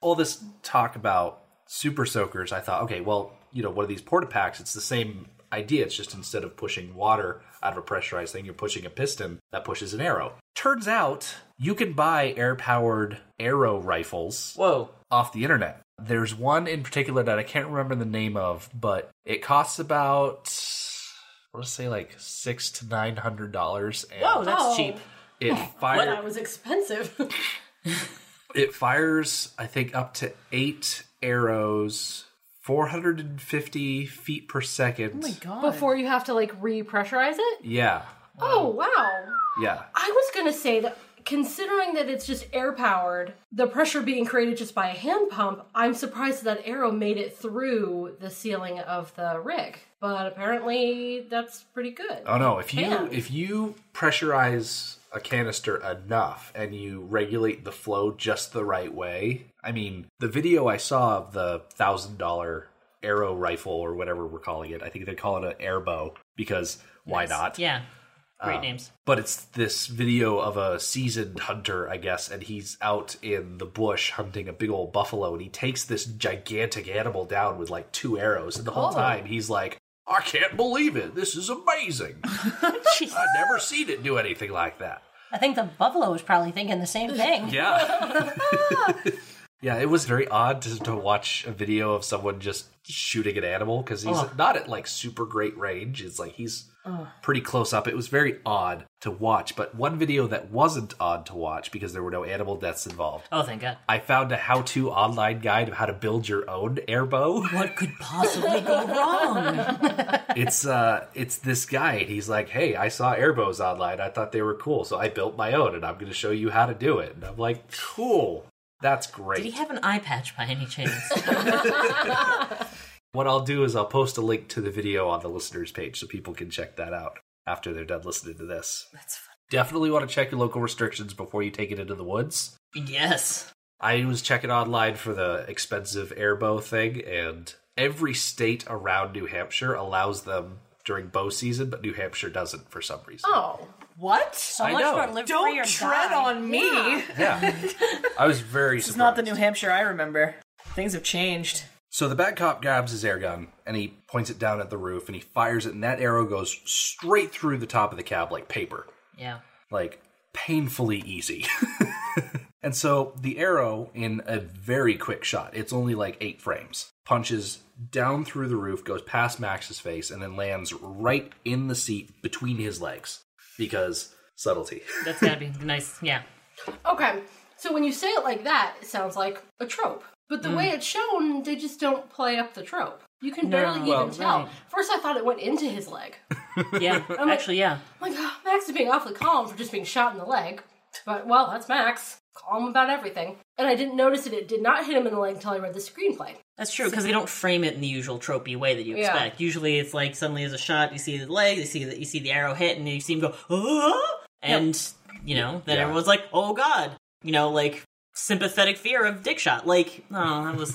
Speaker 1: All this talk about super soakers, I thought, okay, well, you know, what are these porta packs? It's the same idea. It's just instead of pushing water out of a pressurized thing, you're pushing a piston that pushes an arrow. Turns out you can buy air powered arrow rifles
Speaker 3: Whoa.
Speaker 1: off the internet. There's one in particular that I can't remember the name of, but it costs about I want to say like six to nine hundred dollars.
Speaker 3: Whoa, that's
Speaker 2: Oh.
Speaker 3: cheap.
Speaker 1: It
Speaker 2: But I
Speaker 1: fires.
Speaker 2: was expensive.
Speaker 1: It fires. I think up to eight arrows, four hundred and fifty feet per second. Oh my god!
Speaker 2: Before you have to like repressurize it?
Speaker 1: Yeah,
Speaker 2: Oh wow.
Speaker 1: yeah.
Speaker 2: I was gonna say that considering that it's just air powered, the pressure being created just by a hand pump, I'm surprised that arrow made it through the ceiling of the rig. But apparently that's pretty good.
Speaker 1: Oh no! If you
Speaker 2: Yeah.
Speaker 1: if you pressurize a canister enough and you regulate the flow just the right way, I mean, the video I saw of the thousand dollar arrow rifle or whatever we're calling it, I think they call it an airbow because why not?
Speaker 3: Yeah. Great names.
Speaker 1: But it's this video of a seasoned hunter, I guess, and he's out in the bush hunting a big old buffalo, and he takes this gigantic animal down with like two arrows, and the whole time he's like, "I can't believe it! This is amazing." I've never seen it do anything like that.
Speaker 5: I think the buffalo was probably thinking the same thing.
Speaker 1: Yeah. yeah, it was very odd to, to watch a video of someone just shooting an animal because he's not at like super great range. It's like he's pretty close up. It was very odd to watch. But one video that wasn't odd to watch because there were no animal deaths involved.
Speaker 3: Oh, thank God.
Speaker 1: I found a how-to online guide of how to build your own airbow.
Speaker 3: What could possibly go wrong?
Speaker 1: it's uh it's this guy and he's like hey i saw airbows online i thought they were cool so i built my own and i'm going to show you how to do it and i'm like cool that's great
Speaker 3: Did he have an eye patch by any chance?
Speaker 1: what i'll do is i'll post a link to the video on the listeners page so people can check that out after they're done listening to this
Speaker 3: That's fun.
Speaker 1: definitely want to check your local restrictions before you take it into the woods
Speaker 3: Yes.
Speaker 1: i was checking online for the expensive airbow thing and every state around new hampshire allows them during bow season but new hampshire doesn't for some reason
Speaker 2: Oh.
Speaker 4: what?
Speaker 5: So
Speaker 1: I
Speaker 5: much
Speaker 1: know.
Speaker 5: for live free or
Speaker 4: Don't tread
Speaker 5: die.
Speaker 4: on me.
Speaker 2: Yeah.
Speaker 1: Yeah. I was very
Speaker 4: It's
Speaker 1: surprised.
Speaker 4: not the New Hampshire I remember. Things have changed.
Speaker 1: So the bad cop grabs his air gun and he points it down at the roof and he fires it, and that arrow goes straight through the top of the cab like paper,
Speaker 3: Yeah.
Speaker 1: like painfully easy. and so the arrow, in a very quick shot, it's only like eight frames, punches down through the roof, goes past Max's face, and then lands right in the seat between his legs because subtlety.
Speaker 3: That's gotta be nice. Yeah.
Speaker 2: Okay, so when you say it like that, it sounds like a trope. But the way it's shown, they just don't play up the trope. You can barely even
Speaker 1: Well,
Speaker 2: tell.
Speaker 3: right.
Speaker 2: First, I thought it went into his leg. I'm
Speaker 3: Yeah. Actually, yeah.
Speaker 2: like, "Oh, Max is being awfully calm for just being shot in the leg. But, well, that's Max. Calm about everything. And I didn't notice that it did not hit him in the leg until I read the screenplay.
Speaker 3: That's true because they don't frame it in the usual tropey way that you
Speaker 2: Yeah.
Speaker 3: expect. Usually, it's like suddenly there's a shot, you see the leg, you see the, you see the arrow hit, and you see him go, "Ah!" and you know, then
Speaker 1: Yeah.
Speaker 3: everyone's like, "Oh God!" You know, like sympathetic fear of dick shot. Like, oh, that was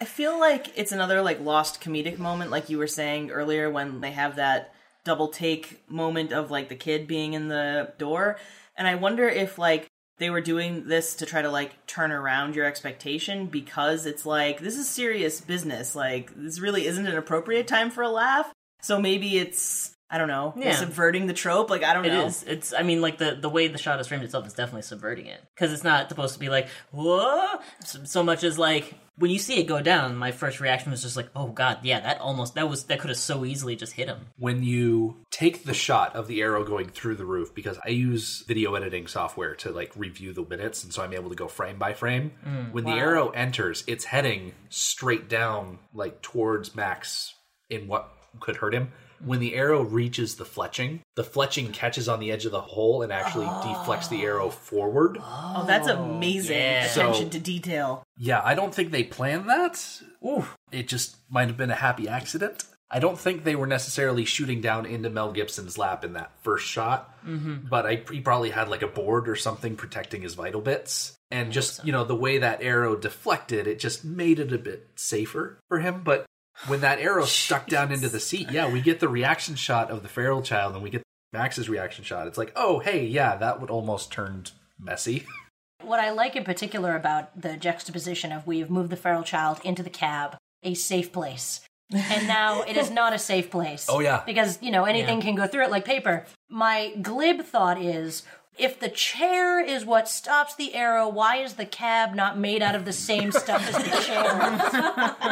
Speaker 4: I feel like it's another like lost comedic moment, like you were saying earlier, when they have that double take moment of like the kid being in the door. And I wonder if like they were doing this to try to like turn around your expectation because it's like this is serious business. Like this really isn't an appropriate time for a laugh. So maybe it's I don't know
Speaker 3: Yeah.
Speaker 4: subverting the trope. Like I don't
Speaker 3: It
Speaker 4: know.
Speaker 3: is. It's. I mean, like the the way the shot is framed itself is definitely subverting it because it's not supposed to be like whoa so, so much as like when you see it go down. My first reaction was just like, oh god, yeah, that almost that was that could have so easily just hit him.
Speaker 1: when you take the shot of the arrow going through the roof because i use video editing software to like review the minutes and so i'm able to go frame by frame when the arrow enters it's heading straight down like towards max in what could hurt him when the arrow reaches the fletching the fletching catches on the edge of the hole and actually deflects the arrow forward
Speaker 4: Oh, that's amazing
Speaker 3: yeah.
Speaker 4: attention
Speaker 1: So-
Speaker 4: to detail.
Speaker 1: yeah, I don't think they planned that. Ooh, it just might have been a happy accident. I don't think they were necessarily shooting down into Mel Gibson's lap in that first shot, mm-hmm. but I, he probably had like a board or something protecting his vital bits. And just, you know, the way that arrow deflected, it just made it a bit safer for him. But when that arrow stuck down into the seat, yeah, we get the reaction shot of the feral child and we get Max's reaction shot. It's like, oh, hey, yeah, that would almost turned messy.
Speaker 5: What I like in particular about the juxtaposition of we've moved the feral child into the cab, a safe place. And now it is not a safe place.
Speaker 1: Oh, yeah.
Speaker 5: Because, you know, anything can go through it like paper. My glib thought is if the chair is what stops the arrow, why is the cab not made out of the same stuff as the chair?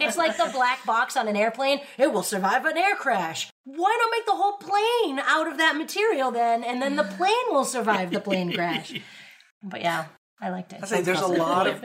Speaker 5: it's like the black box on an airplane. It will survive an air crash. Why not make the whole plane out of that material then? And then the plane will survive the plane crash. But yeah, I liked it.
Speaker 1: I say there's a lot of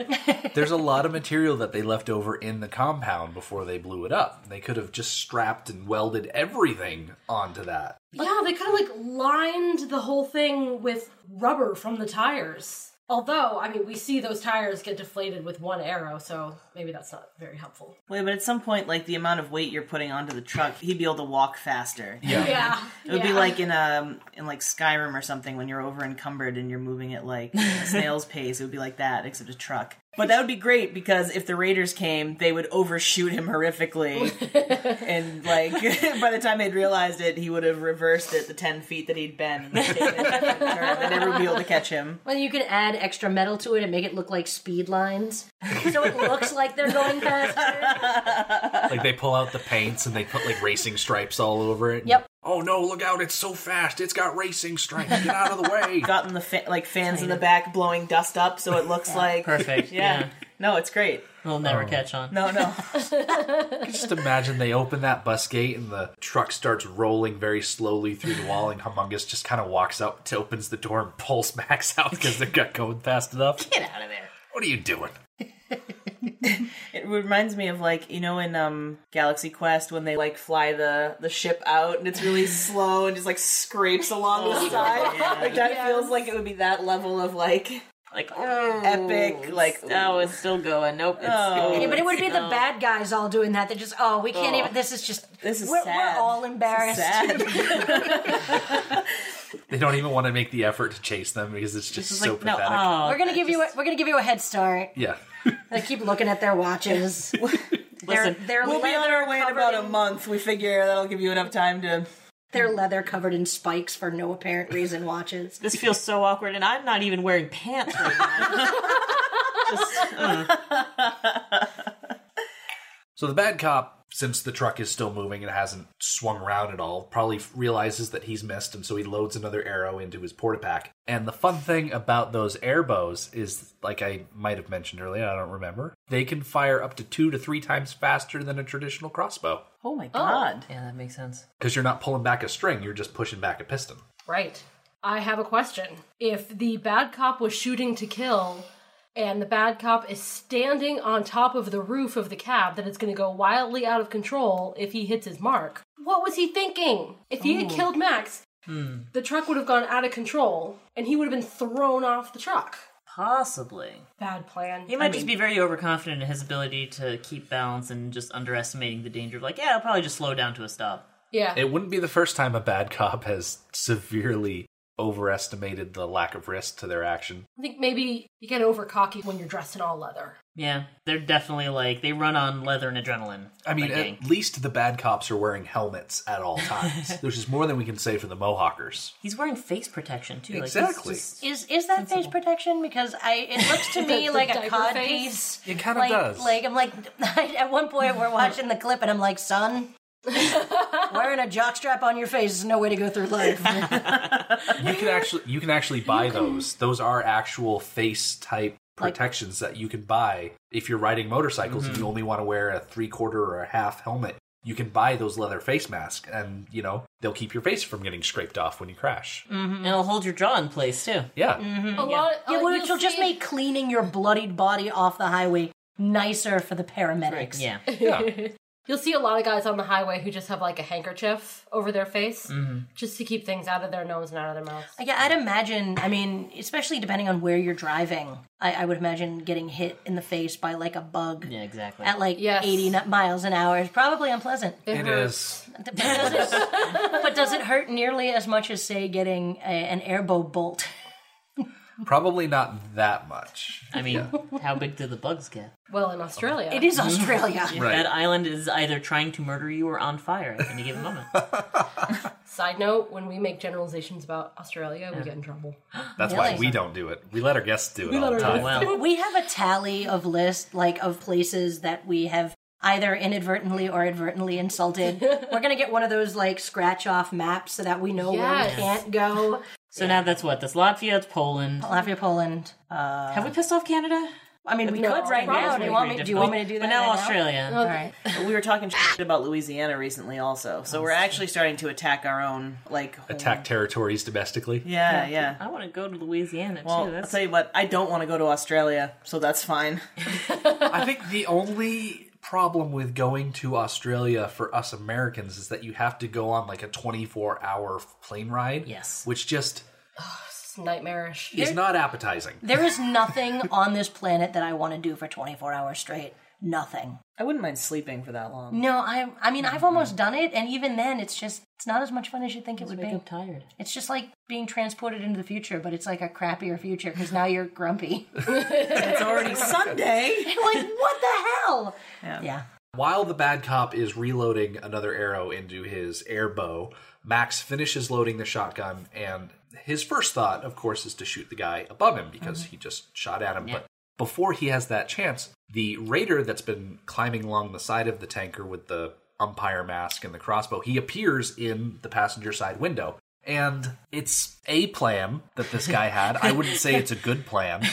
Speaker 1: there's a lot of material that they left over in the compound before they blew it up. They could have just strapped and welded everything onto that.
Speaker 2: yeah, they kind of like lined the whole thing with rubber from the tires. Although, I mean, we see those tires get deflated with one arrow, so maybe that's not very helpful.
Speaker 4: Wait, but at some point, like the amount of weight you're putting onto the truck, he'd be able to walk faster.
Speaker 2: Yeah.
Speaker 4: It would be like in um in like Skyrim or something when you're over encumbered and you're moving at like a snail's pace. It would be like that, except a truck. But that would be great because if the raiders came, they would overshoot him horrifically, and like by the time they'd realized it, he would have reversed it the ten feet that he'd been, and taken a different turn. They'd never be able to catch him.
Speaker 5: Well, you can add extra metal to it and make it look like speed lines, so it looks like they're going faster.
Speaker 1: Like they pull out the paints and they put like racing stripes all over it.
Speaker 5: Yep.
Speaker 1: Oh no, look out, it's so fast. It's got racing stripes. Get out of the way.
Speaker 4: Gotten the fa- like fans in the back blowing dust up, so it looks like
Speaker 3: Perfect.
Speaker 4: Yeah.
Speaker 3: yeah.
Speaker 4: No, it's great.
Speaker 3: He'll
Speaker 1: Oh.
Speaker 3: never catch on.
Speaker 4: No, no.
Speaker 1: just imagine they open that bus gate and the truck starts rolling very slowly through the wall and Humongous just kind of walks up, to opens the door and pulls Max out because they're not going fast enough.
Speaker 3: Get out of there.
Speaker 1: What are you doing?
Speaker 4: It reminds me of like you know in um Galaxy Quest when they like fly the the ship out and it's really slow and just like scrapes along
Speaker 3: Oh,
Speaker 4: the side. Like that feels like it would be that level of like
Speaker 3: Like, oh,
Speaker 4: epic. Like
Speaker 3: no, it's still going. Nope. It's
Speaker 4: Oh.
Speaker 5: Yeah, but it would be the
Speaker 3: No.
Speaker 5: bad guys all doing that. They're just, oh, we can't
Speaker 3: Oh.
Speaker 5: even. This is just.
Speaker 4: This is
Speaker 5: we're,
Speaker 4: sad.
Speaker 5: we're all embarrassed.
Speaker 4: sad.
Speaker 1: They don't even want to make the effort to chase them because it's just
Speaker 3: It's
Speaker 1: so
Speaker 3: like, no,
Speaker 1: pathetic.
Speaker 3: oh,
Speaker 5: We're gonna give you. A, we're gonna give you a head start.
Speaker 1: Yeah.
Speaker 5: They keep looking at their watches. their
Speaker 3: Listen,
Speaker 5: their
Speaker 4: we'll be on
Speaker 5: leather
Speaker 4: our way in
Speaker 5: covered
Speaker 4: about a
Speaker 5: in-
Speaker 4: month. We figure that'll give you enough time to.
Speaker 5: Their leather covered in spikes for no apparent reason. Watches.
Speaker 3: This e- feels so awkward, and I'm not even wearing pants right now. Just, uh,
Speaker 1: So the bad cop, since the truck is still moving and hasn't swung around at all, probably f- realizes that he's missed, and so he loads another arrow into his porta pack. And the fun thing about those air bows is, like I might have mentioned earlier, I don't remember, they can fire up to two to three times faster than a traditional crossbow.
Speaker 4: oh my god.
Speaker 3: Yeah, that makes sense.
Speaker 1: Because you're not pulling back a string, you're just pushing back a piston.
Speaker 2: Right. I have a question. If the bad cop was shooting to kill and the bad cop is standing on top of the roof of the cab that it's going to go wildly out of control if he hits his mark, what was he thinking? If he had killed Max,
Speaker 5: Hmm.
Speaker 2: the truck would have gone out of control and he would have been thrown off the truck.
Speaker 3: Possibly.
Speaker 2: Bad plan.
Speaker 3: He might just be very overconfident in his ability to keep balance and just underestimating the danger of like, yeah, I'll probably just slow down to a stop.
Speaker 2: Yeah.
Speaker 1: It wouldn't be the first time a bad cop has severely overestimated the lack of risk to their action.
Speaker 2: I think maybe you get over cocky when you're dressed in all leather.
Speaker 3: Yeah, they're definitely like they run on leather and adrenaline.
Speaker 1: I mean, uh,
Speaker 3: that gang.
Speaker 1: at least the bad cops are wearing helmets at all times, which is more than we can say for the Mohawkers.
Speaker 3: he's wearing face protection too.
Speaker 1: Exactly.
Speaker 3: Like, he's just-
Speaker 5: Is is that face protection? Because I it looks to
Speaker 2: The-
Speaker 5: me
Speaker 2: the
Speaker 5: like a
Speaker 2: diaper
Speaker 5: cod
Speaker 2: face?
Speaker 5: piece.
Speaker 1: It kind of
Speaker 5: Like,
Speaker 1: does.
Speaker 5: like I'm like at one point we're watching the clip and I'm like, son, wearing a jockstrap on your face is no way to go through life.
Speaker 1: you can actually you can actually buy those. Those are actual face type protections that you can buy if you're riding motorcycles and you only want to wear a three quarter or a half helmet. You can buy those leather face masks, and you know they'll keep your face from getting scraped off when you crash.
Speaker 3: and it'll hold your jaw in place too.
Speaker 1: Yeah,
Speaker 3: Hmm,
Speaker 2: A lot.
Speaker 5: yeah,
Speaker 4: Oh,
Speaker 2: uh,
Speaker 5: well,
Speaker 2: you'll
Speaker 5: it'll just
Speaker 2: see-
Speaker 5: make cleaning your bloodied body off the highway nicer for the paramedics.
Speaker 3: Yeah.
Speaker 1: yeah.
Speaker 2: You'll see a lot of guys on the highway who just have like a handkerchief over their face
Speaker 1: Mm-hmm.
Speaker 2: just to keep things out of their nose and out of their mouth.
Speaker 5: Yeah, I'd imagine. I mean, especially depending on where you're driving, I, I would imagine getting hit in the face by like a bug
Speaker 3: Yeah, exactly.
Speaker 5: at like
Speaker 2: Yes.
Speaker 5: 80 n- miles an hour is probably unpleasant.
Speaker 1: It is.
Speaker 5: But does it, but does it hurt nearly as much as, say, getting a, an airbow bolt?
Speaker 1: Probably not that much.
Speaker 3: I mean, how big do the bugs get?
Speaker 2: Well, in Australia.
Speaker 5: It is Australia.
Speaker 1: Right.
Speaker 3: That island is either trying to murder you or on fire at any given moment.
Speaker 2: Side note, when we make generalizations about Australia, we get in trouble.
Speaker 1: That's why we don't do it. We let our guests do it all the
Speaker 2: let our
Speaker 1: time.
Speaker 3: Oh, well,
Speaker 5: We have a tally of list, like, of places that we have either inadvertently or advertently insulted. We're going to get one of those, like, scratch off maps so that we know where
Speaker 2: Yes.
Speaker 5: we can't go.
Speaker 3: so now that's what? That's Latvia, it's Poland.
Speaker 5: Latvia, Poland. Uh,
Speaker 3: Have we pissed off Canada?
Speaker 5: I mean, we
Speaker 2: No,
Speaker 5: could right now.
Speaker 2: probably
Speaker 5: Do you, want me, do you want me to do that?
Speaker 3: But now
Speaker 5: right Oh.
Speaker 3: Australia.
Speaker 5: All right.
Speaker 4: we were talking shit about Louisiana recently also. So we're actually starting to attack our own like home-
Speaker 1: Attack territories domestically.
Speaker 4: Yeah, yeah.
Speaker 3: I want to go to Louisiana
Speaker 4: Well,
Speaker 3: too.
Speaker 4: I'll
Speaker 3: Oh, That's
Speaker 4: tell you what, I don't want to go to Australia, so that's fine.
Speaker 1: I think the only problem with going to Australia for us Americans is that you have to go on like a 24 hour plane ride.
Speaker 3: Yes.
Speaker 1: Which just
Speaker 2: It's nightmarish.
Speaker 1: is not appetizing.
Speaker 5: There is nothing on this planet that I want to do for 24 hours straight. Nothing.
Speaker 4: I wouldn't mind sleeping for that long.
Speaker 5: No, I I mean I've almost done it and even then it's just it's not as much fun as you think it would
Speaker 3: wake
Speaker 5: be.
Speaker 3: up tired.
Speaker 5: It's just like being transported into the future, but it's like a crappier future cuz now you're grumpy.
Speaker 4: It's already Sunday.
Speaker 5: like what the hell? Yeah.
Speaker 1: While the bad cop is reloading another arrow into his air bow, Max finishes loading the shotgun, and his first thought, of course, is to shoot the guy above him because he just shot at him. But before he has that chance, the raider that's been climbing along the side of the tanker with the umpire mask and the crossbow, he appears in the passenger side window. And it's a plan that this guy had. I wouldn't say it's a good plan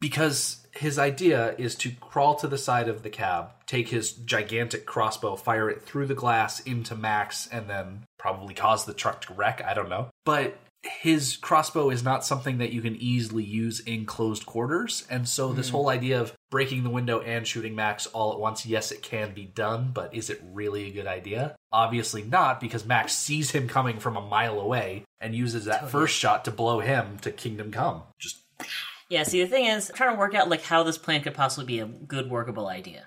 Speaker 1: because his idea is to crawl to the side of the cab, take his gigantic crossbow, fire it through the glass into Max, and then probably cause the truck to wreck. I don't know. But his crossbow is not something that you can easily use in closed quarters. And so, this whole idea of breaking the window and shooting Max all at once, yes, it can be done, but is it really a good idea? Obviously not, because Max sees him coming from a mile away and uses that first shot to blow him to Kingdom Come. Just
Speaker 3: Yeah, see, the thing is, I'm trying to work out like how this plan could possibly be a good workable idea.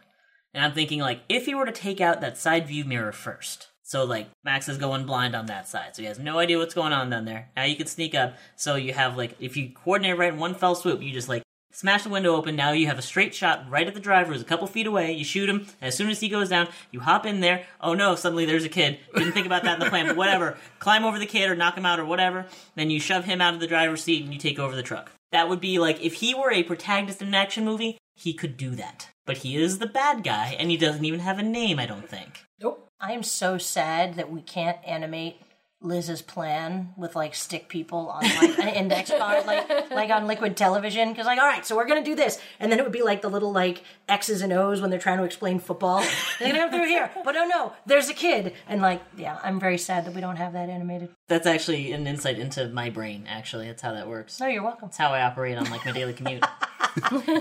Speaker 3: And I'm thinking like if he were to take out that side view mirror first. So like Max is going blind on that side, so he has no idea what's going on down there. Now you can sneak up, so you have like if you coordinate right in one fell swoop, you just like smash the window open. Now you have a straight shot right at the driver who's a couple feet away. You shoot him, and as soon as he goes down, you hop in there. Oh no, suddenly there's a kid. Didn't think about that in the plan, but whatever. Climb over the kid or knock him out or whatever. Then you shove him out of the driver's seat and you take over the truck. That would be like if he were a protagonist in an action movie, he could do that. But he is the bad guy, and he doesn't even have a name, I don't think.
Speaker 2: Nope.
Speaker 5: I am so sad that we can't animate Liz's plan with like stick people on like an index card, like like on liquid television. Because like, all right, so we're gonna do this, and then it would be like the little like X's and O's when they're trying to explain football. They're gonna come through here, but oh no, there's a kid, and like, yeah, I'm very sad that we don't have that animated.
Speaker 3: That's actually an insight into my brain, actually. That's how that works.
Speaker 5: No, you're welcome.
Speaker 3: That's how I operate on like my daily commute.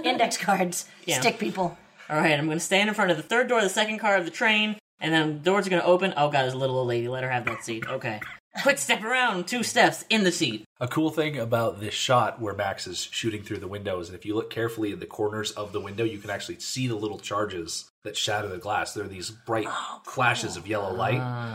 Speaker 5: Index cards,
Speaker 3: Yeah.
Speaker 5: stick people.
Speaker 3: All right, I'm going to stand in front of the third door, of the second car of the train, and then the doors are going to open. Oh, God, there's a little old lady. Let her have that seat. Okay. Quick step around, two steps in the seat.
Speaker 1: A cool thing about this shot where Max is shooting through the windows, and if you look carefully at the corners of the window, you can actually see the little charges that shatter the glass. There are these bright flashes of yellow light.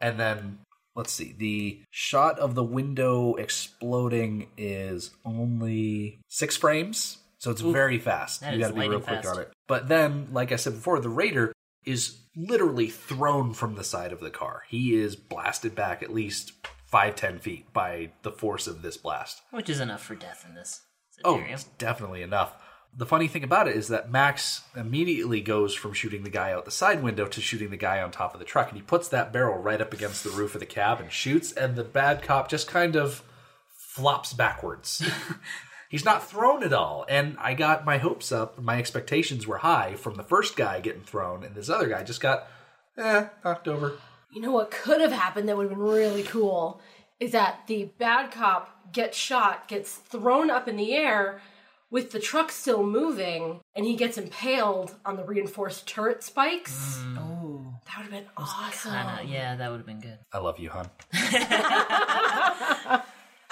Speaker 1: And then, let's see, the shot of the window exploding is only six frames. So it's very fast.
Speaker 3: that
Speaker 1: You
Speaker 3: is
Speaker 1: gotta be real
Speaker 3: lightning
Speaker 1: quick
Speaker 3: fast.
Speaker 1: on it. But then, like I said before, the Raider is literally thrown from the side of the car. He is blasted back at least five, ten feet by the force of this blast.
Speaker 3: Which is enough for death in this
Speaker 1: Oh,
Speaker 3: scenario.
Speaker 1: it's definitely enough. The funny thing about it is that Max immediately goes from shooting the guy out the side window to shooting the guy on top of the truck, and he puts that barrel right up against the roof of the cab and shoots, and the bad cop just kind of flops backwards. He's not thrown at all, and I got my hopes up. My expectations were high from the first guy getting thrown, and this other guy just got eh, knocked over.
Speaker 2: You know what could have happened that would have been really cool is that the bad cop gets shot, gets thrown up in the air with the truck still moving, and he gets impaled on the reinforced turret spikes.
Speaker 1: Mm.
Speaker 5: Oh.
Speaker 2: That would have been awesome.
Speaker 3: Uh, yeah, that would have been good.
Speaker 1: I love you, hon.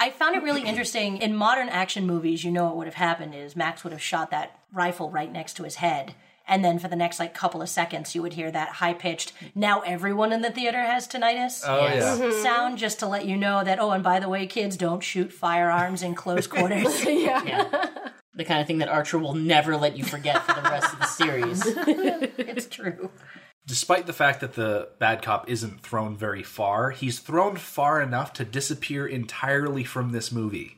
Speaker 5: I found it really interesting. In modern action movies, you know what would have happened is Max would have shot that rifle right next to his head. And then for the next like couple of seconds, you would hear that high pitched, now everyone in the theater has tinnitus
Speaker 1: Oh yeah.
Speaker 5: sound just to let you know that, oh, and by the way, kids, don't shoot firearms in close quarters.
Speaker 3: The kind of thing that Archer will never let you forget for the rest of the series.
Speaker 5: it's true.
Speaker 1: despite the fact that the bad cop isn't thrown very far, he's thrown far enough to disappear entirely from this movie.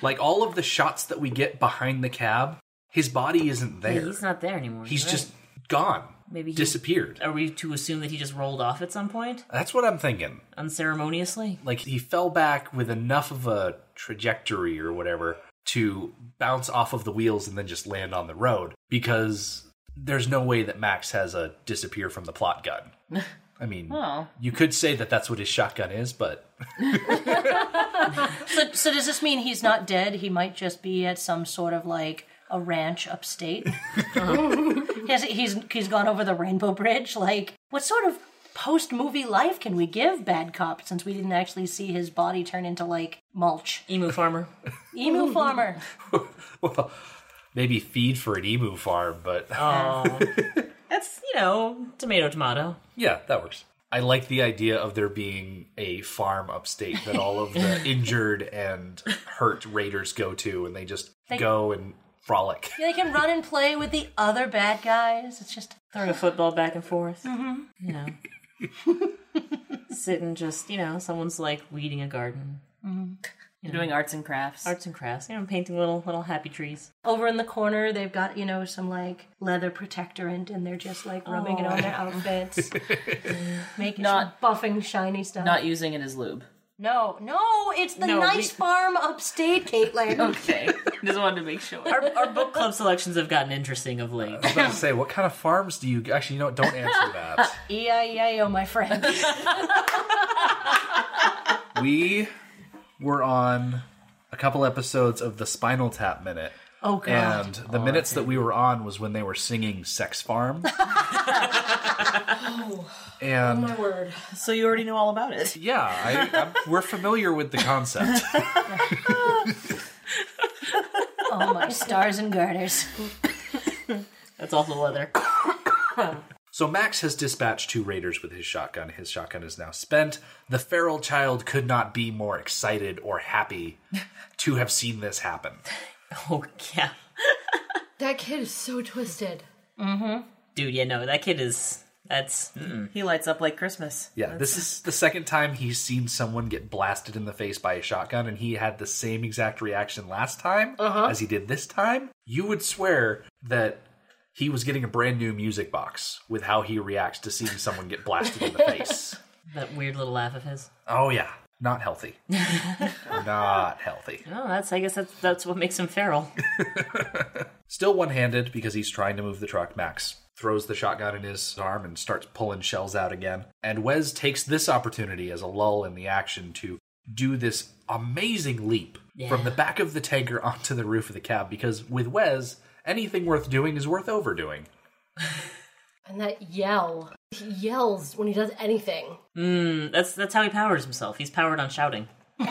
Speaker 1: like all of the shots that we get behind the cab, his body isn't there.
Speaker 3: He's not there anymore.
Speaker 1: He's
Speaker 3: you're
Speaker 1: just gone.
Speaker 3: Maybe he-
Speaker 1: disappeared.
Speaker 3: right. Are we to assume that he just rolled off at some point?
Speaker 1: That's what I'm thinking.
Speaker 3: Unceremoniously?
Speaker 1: Like he fell back with enough of a trajectory or whatever to bounce off of the wheels and then just land on the road because there's no way that Max has a disappear from the plot gun. I mean, you could say that that's what his shotgun is, but
Speaker 5: So, so does this mean he's not dead? He might just be at some sort of like a ranch upstate. he's, he's he's gone over the Rainbow Bridge. Like, what sort of post movie life can we give Bad Cop since we didn't actually see his body turn into like mulch?
Speaker 3: Emu farmer.
Speaker 5: Emu farmer.
Speaker 1: well, maybe feed for an emu farm, but
Speaker 3: Oh. That's, you know, tomato, tomato.
Speaker 1: yeah, that works. I like the idea of there being a farm upstate that all of the injured and hurt raiders go to, and they just go and frolic.
Speaker 5: They can run and play with the other bad guys. It's just
Speaker 3: Throw the football back and forth. Mm-hmm. You know. Sit and just, you know, someone's like weeding a garden.
Speaker 4: doing arts and crafts.
Speaker 3: Arts and crafts, you know, painting little little happy trees.
Speaker 5: over in the corner they've got you know some like leather protectorant and they're just like rubbing it on their outfits making not
Speaker 4: Not-
Speaker 5: buffing shiny stuff
Speaker 4: Not using it as lube.
Speaker 5: no no it's the
Speaker 3: No, we-
Speaker 5: nice farm upstate caitlin
Speaker 4: Okay, just wanted to make sure.
Speaker 3: Our, our book club selections have gotten interesting of late.
Speaker 1: I was about to say, what kind of farms do you actually? You know, what, don't answer that.
Speaker 5: e-i-e-i-o my friend
Speaker 1: we were on a couple episodes of the Spinal Tap Minute.
Speaker 5: oh god
Speaker 1: And the minutes that we were on was when they were singing Sex Farm.
Speaker 5: Oh.
Speaker 1: and
Speaker 2: My word.
Speaker 4: So you already know all about it.
Speaker 1: Yeah, I, I'm, we're familiar with the concept.
Speaker 5: oh my stars and garters
Speaker 3: That's also leather.
Speaker 1: So Max has dispatched two raiders with his shotgun. His shotgun is now spent. The feral child could not be more excited or happy to have seen this happen.
Speaker 3: Oh yeah,
Speaker 2: That kid is so twisted.
Speaker 3: dude. Yeah, no, that kid is That's
Speaker 4: He lights up like Christmas.
Speaker 1: Yeah, this is the second time he's seen someone get blasted in the face by a shotgun, and he had the same exact reaction last time as he did this time. You would swear that he was getting a brand new music box with how he reacts to seeing someone get blasted in the face.
Speaker 3: that weird little laugh of his.
Speaker 1: Oh, yeah, not healthy. not healthy.
Speaker 3: Oh, that's. I guess that's that's what makes him feral.
Speaker 1: Still one handed because he's trying to move the truck. Max throws the shotgun in his arm and starts pulling shells out again. And Wes takes this opportunity as a lull in the action to do this amazing leap from the back of the tanker onto the roof of the cab because with Wes, anything worth doing is worth overdoing.
Speaker 2: And that yell. He yells when he does anything.
Speaker 3: Mm, that's that's how he powers himself. He's powered on shouting.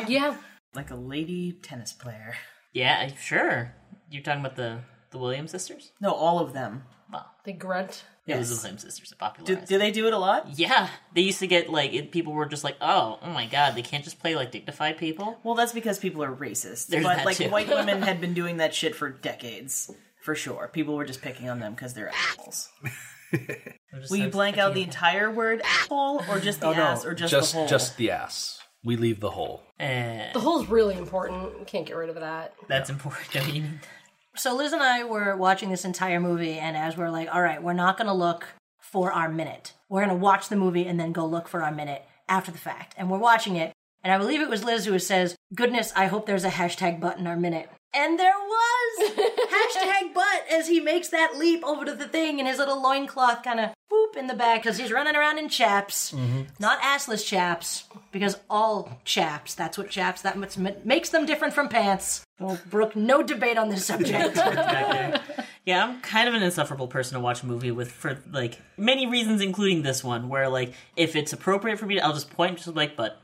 Speaker 2: Yeah.
Speaker 4: Like a lady tennis player.
Speaker 3: Yeah, sure. You're talking about the the Williams sisters.
Speaker 4: No, all of them.
Speaker 2: The grunt.
Speaker 3: It was
Speaker 4: Yes.
Speaker 3: the Williams sisters that popularized.
Speaker 4: Do, do they do it a lot?
Speaker 3: Yeah, they used to get like it, people were just like, oh, oh my god, they can't just play like dignified people.
Speaker 4: Well, that's because people are racist.
Speaker 3: There's
Speaker 4: but
Speaker 3: that
Speaker 4: like
Speaker 3: too.
Speaker 4: white women had been doing that shit for decades, for sure. People were just picking on them because they're assholes.
Speaker 3: They're just
Speaker 4: Will you
Speaker 3: like,
Speaker 4: blank
Speaker 3: I
Speaker 4: out the
Speaker 3: can't-
Speaker 4: entire word asshole, or just the ass, or Oh, just,
Speaker 1: just
Speaker 4: the whole?
Speaker 1: just the ass. We leave the hole.
Speaker 3: Eh,
Speaker 2: The hole's really important. Can't get rid of that.
Speaker 3: that's important. I mean,
Speaker 5: So Liz and I were watching this entire movie, and as we're like, all right, we're not going to look for our minute. We're going to watch the movie and then go look for our minute after the fact. And we're watching it, and I believe it was Liz who says, "Goodness, I hope there's a hashtag button our minute." And there was hashtag butt as he makes that leap over to the thing in his little loincloth kind of whoop in the back because he's running around in chaps, not assless chaps, because all chaps, that's what chaps, that what's- makes them different from pants. Well, Brooke, no debate on this subject.
Speaker 3: yeah, I'm kind of an insufferable person to watch a movie with for like many reasons, including this one, where like if it's appropriate for me, to, I'll just point, just like, but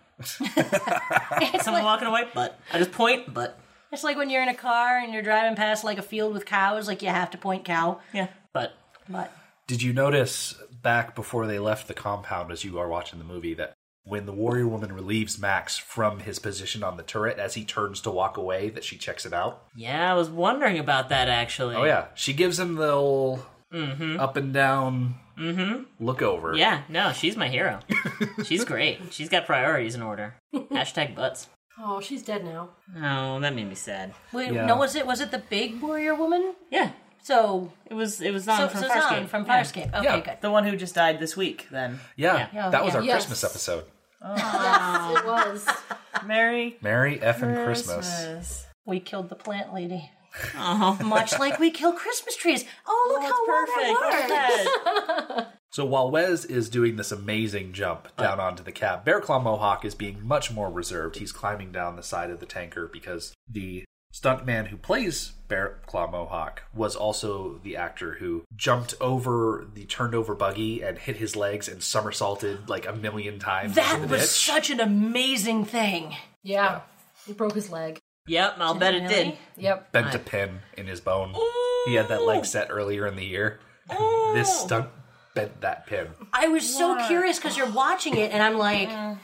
Speaker 3: someone walking away, but I just point, but
Speaker 5: It's like when you're in a car and you're driving past like a field with cows, like you have to point cow.
Speaker 3: yeah, but
Speaker 5: But
Speaker 1: Did you notice back before they left the compound as you are watching the movie that when the warrior woman relieves Max from his position on the turret as he turns to walk away that she checks it out?
Speaker 3: yeah, I was wondering about that actually.
Speaker 1: Oh yeah, she gives him the old up and down look over.
Speaker 3: yeah, no, she's my hero. she's great. She's got priorities in order. Hashtag butts.
Speaker 2: Oh, she's dead now.
Speaker 3: Oh, that made me sad.
Speaker 5: wait,
Speaker 1: Yeah.
Speaker 5: no, was it was it the big warrior woman?
Speaker 3: Yeah,
Speaker 5: So
Speaker 3: It was it was on
Speaker 5: so
Speaker 3: from
Speaker 5: so
Speaker 3: Farscape.
Speaker 5: Zahn from
Speaker 3: Yeah.
Speaker 5: Farscape. Okay,
Speaker 1: Yeah.
Speaker 5: good.
Speaker 4: the one who just died this week. Then
Speaker 1: yeah,
Speaker 3: Yeah.
Speaker 1: that was
Speaker 5: Yeah.
Speaker 1: our
Speaker 2: Yes.
Speaker 1: Christmas episode.
Speaker 2: Yes, it was.
Speaker 4: Merry
Speaker 1: Merry effing Christmas.
Speaker 4: Christmas.
Speaker 5: We killed the plant lady.
Speaker 3: Oh,
Speaker 5: Much like we kill Christmas trees. Oh, look how well that worked.
Speaker 3: perfect.
Speaker 1: So while Wes is doing this amazing jump down onto the cab, Bear Claw Mohawk is being much more reserved. He's climbing down the side of the tanker because the stuntman who plays Bear Claw Mohawk was also the actor who jumped over the turned over buggy and hit his legs and somersaulted like a million times. into
Speaker 5: That
Speaker 1: the
Speaker 5: was
Speaker 1: ditch.
Speaker 5: such an amazing thing.
Speaker 2: Yeah. He broke his leg.
Speaker 3: yep, I'll bet it did.
Speaker 5: Really?
Speaker 2: Yep.
Speaker 1: bent a pin in his bone. He had that leg set earlier in the year. This stunt bent that pin.
Speaker 5: I was so curious because you're watching it, and I'm like,
Speaker 3: Mm.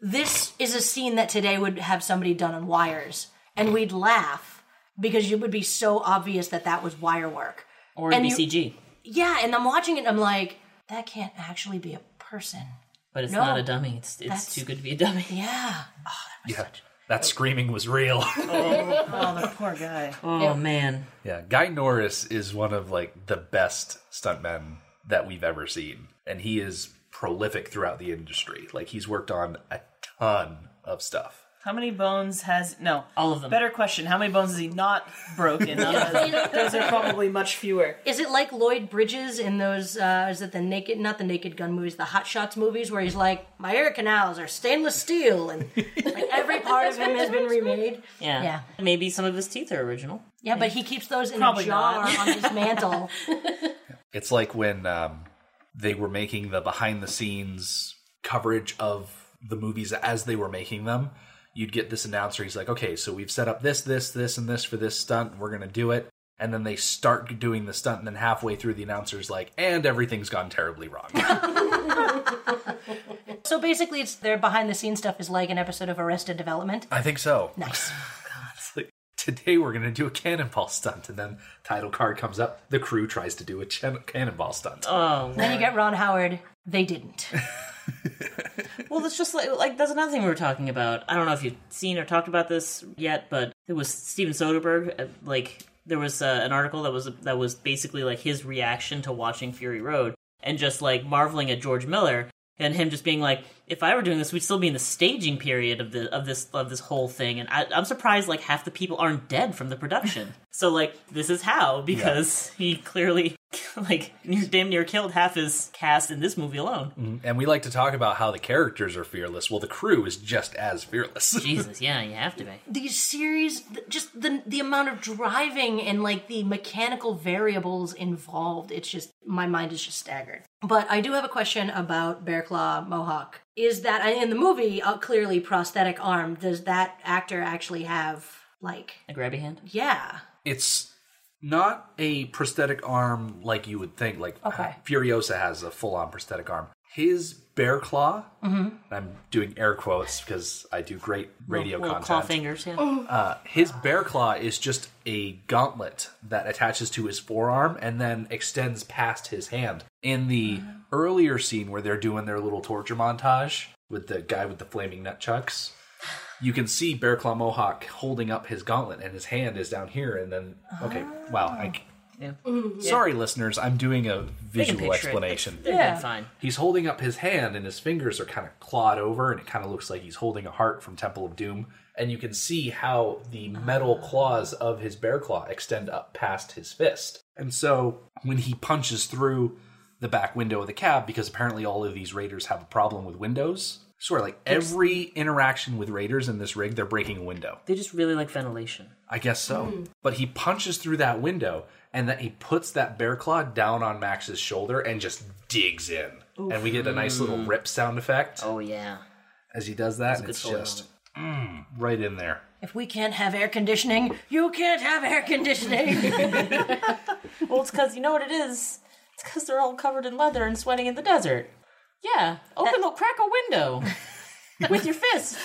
Speaker 5: this is a scene that today would have somebody done on wires, and we'd laugh because it would be so obvious that that was wire work.
Speaker 3: Or
Speaker 5: And you-
Speaker 3: BCG.
Speaker 5: Yeah, and I'm watching it, and I'm like, that can't actually be a person.
Speaker 3: But it's
Speaker 5: No.
Speaker 3: not a dummy. It's it's
Speaker 5: That's-
Speaker 3: too good to be a dummy.
Speaker 5: Yeah.
Speaker 1: Yeah. That screaming was real.
Speaker 4: Oh, the poor guy.
Speaker 3: Oh man.
Speaker 1: Yeah, Guy Norris is one of like the best stuntmen that we've ever seen, and he is prolific throughout the industry. Like he's worked on a ton of stuff.
Speaker 4: How many bones has no?
Speaker 3: All of them.
Speaker 4: Better question: How many bones has he not broken? Those are probably much fewer.
Speaker 5: Is it like Lloyd Bridges in those? Uh, is it the naked, not the Naked Gun movies, the Hot Shots movies, where he's like, my air canals are stainless steel, and like, every part of him has been remade.
Speaker 3: Yeah.
Speaker 5: Yeah.
Speaker 3: Maybe some of his teeth are original.
Speaker 5: Yeah, but he keeps those in
Speaker 4: Probably
Speaker 5: a jar
Speaker 4: not.
Speaker 5: on his mantle.
Speaker 1: It's like when um, they were making the behind the scenes coverage of the movies as they were making them. You'd get this announcer. He's like, "Okay, so we've set up this, this, this, and this for this stunt. and We're gonna do it." And then they start doing the stunt, and then halfway through, the announcer's like, "And everything's gone terribly wrong."
Speaker 5: So basically, it's their behind the scenes stuff is like an episode of Arrested Development.
Speaker 1: I think so.
Speaker 5: Nice.
Speaker 1: Like, today we're going to do a cannonball stunt. And then title card comes up. The crew tries to do a chan- cannonball stunt.
Speaker 3: Oh,
Speaker 5: Then you get Ron Howard. They didn't.
Speaker 3: Well, it's just like, like that's another thing we were talking about. I don't know if you've seen or talked about this yet, but it was Steven Soderbergh. uh, Like there was uh, an article that was that was basically like his reaction to watching Fury Road and just like marveling at George Miller and him just being like, if I were doing this, we'd still be in the staging period of the of this of this whole thing. And I, I'm surprised like half the people aren't dead from the production. so like this is how because he clearly like near, damn near killed half his cast in this movie alone.
Speaker 1: And we like to talk about how the characters are fearless. Well, the crew is just as fearless.
Speaker 3: Jesus, yeah, you have to be.
Speaker 5: These series, th- just the the amount of driving and like the mechanical variables involved, it's just my mind is just staggered. But I do have a question about Bear Claw Mohawk. Is that and in the movie uh, clearly prosthetic arm? Does that actor actually have like
Speaker 3: A grabby hand.
Speaker 5: yeah?
Speaker 1: it's not a prosthetic arm like you would think. Like
Speaker 5: Okay.
Speaker 1: Furiosa has a full-on prosthetic arm. His bear claw. I'm doing air quotes because I do great radio Oh.
Speaker 3: little claw
Speaker 1: content.
Speaker 3: fingers. Yeah.
Speaker 1: His bear claw is just a gauntlet that attaches to his forearm and then extends past his hand. In the earlier scene where they're doing their little torture montage with the guy with the flaming nunchucks, you can see Bear Claw Mohawk holding up his gauntlet and his hand is down here. And then, okay, wow. I, c- Sorry, listeners, I'm doing a visual explanation.
Speaker 3: They're yeah. fine.
Speaker 1: He's holding up his hand and his fingers are kind of clawed over and it kind of looks like he's holding a heart from Temple of Doom and you can see how the metal claws of his bear claw extend up past his fist. And so when he punches through the back window of the cab because apparently all of these raiders have a problem with windows. Swear like every interaction with raiders in this rig they're breaking a window.
Speaker 3: They just really like ventilation.
Speaker 1: I guess so.
Speaker 3: Hmm.
Speaker 1: But he punches through that window and that he puts that bear claw down on Max's shoulder and just digs in. And we get a nice little rip sound effect
Speaker 3: Oh yeah.
Speaker 1: as he does that. And
Speaker 3: good
Speaker 1: it's
Speaker 3: soul
Speaker 1: just mm, right in there.
Speaker 5: If we can't have air conditioning, you can't have air conditioning.
Speaker 3: Well, it's because you know what it is. It's because they're all covered in leather and sweating in the desert. Yeah. Open the crack a window with your fist.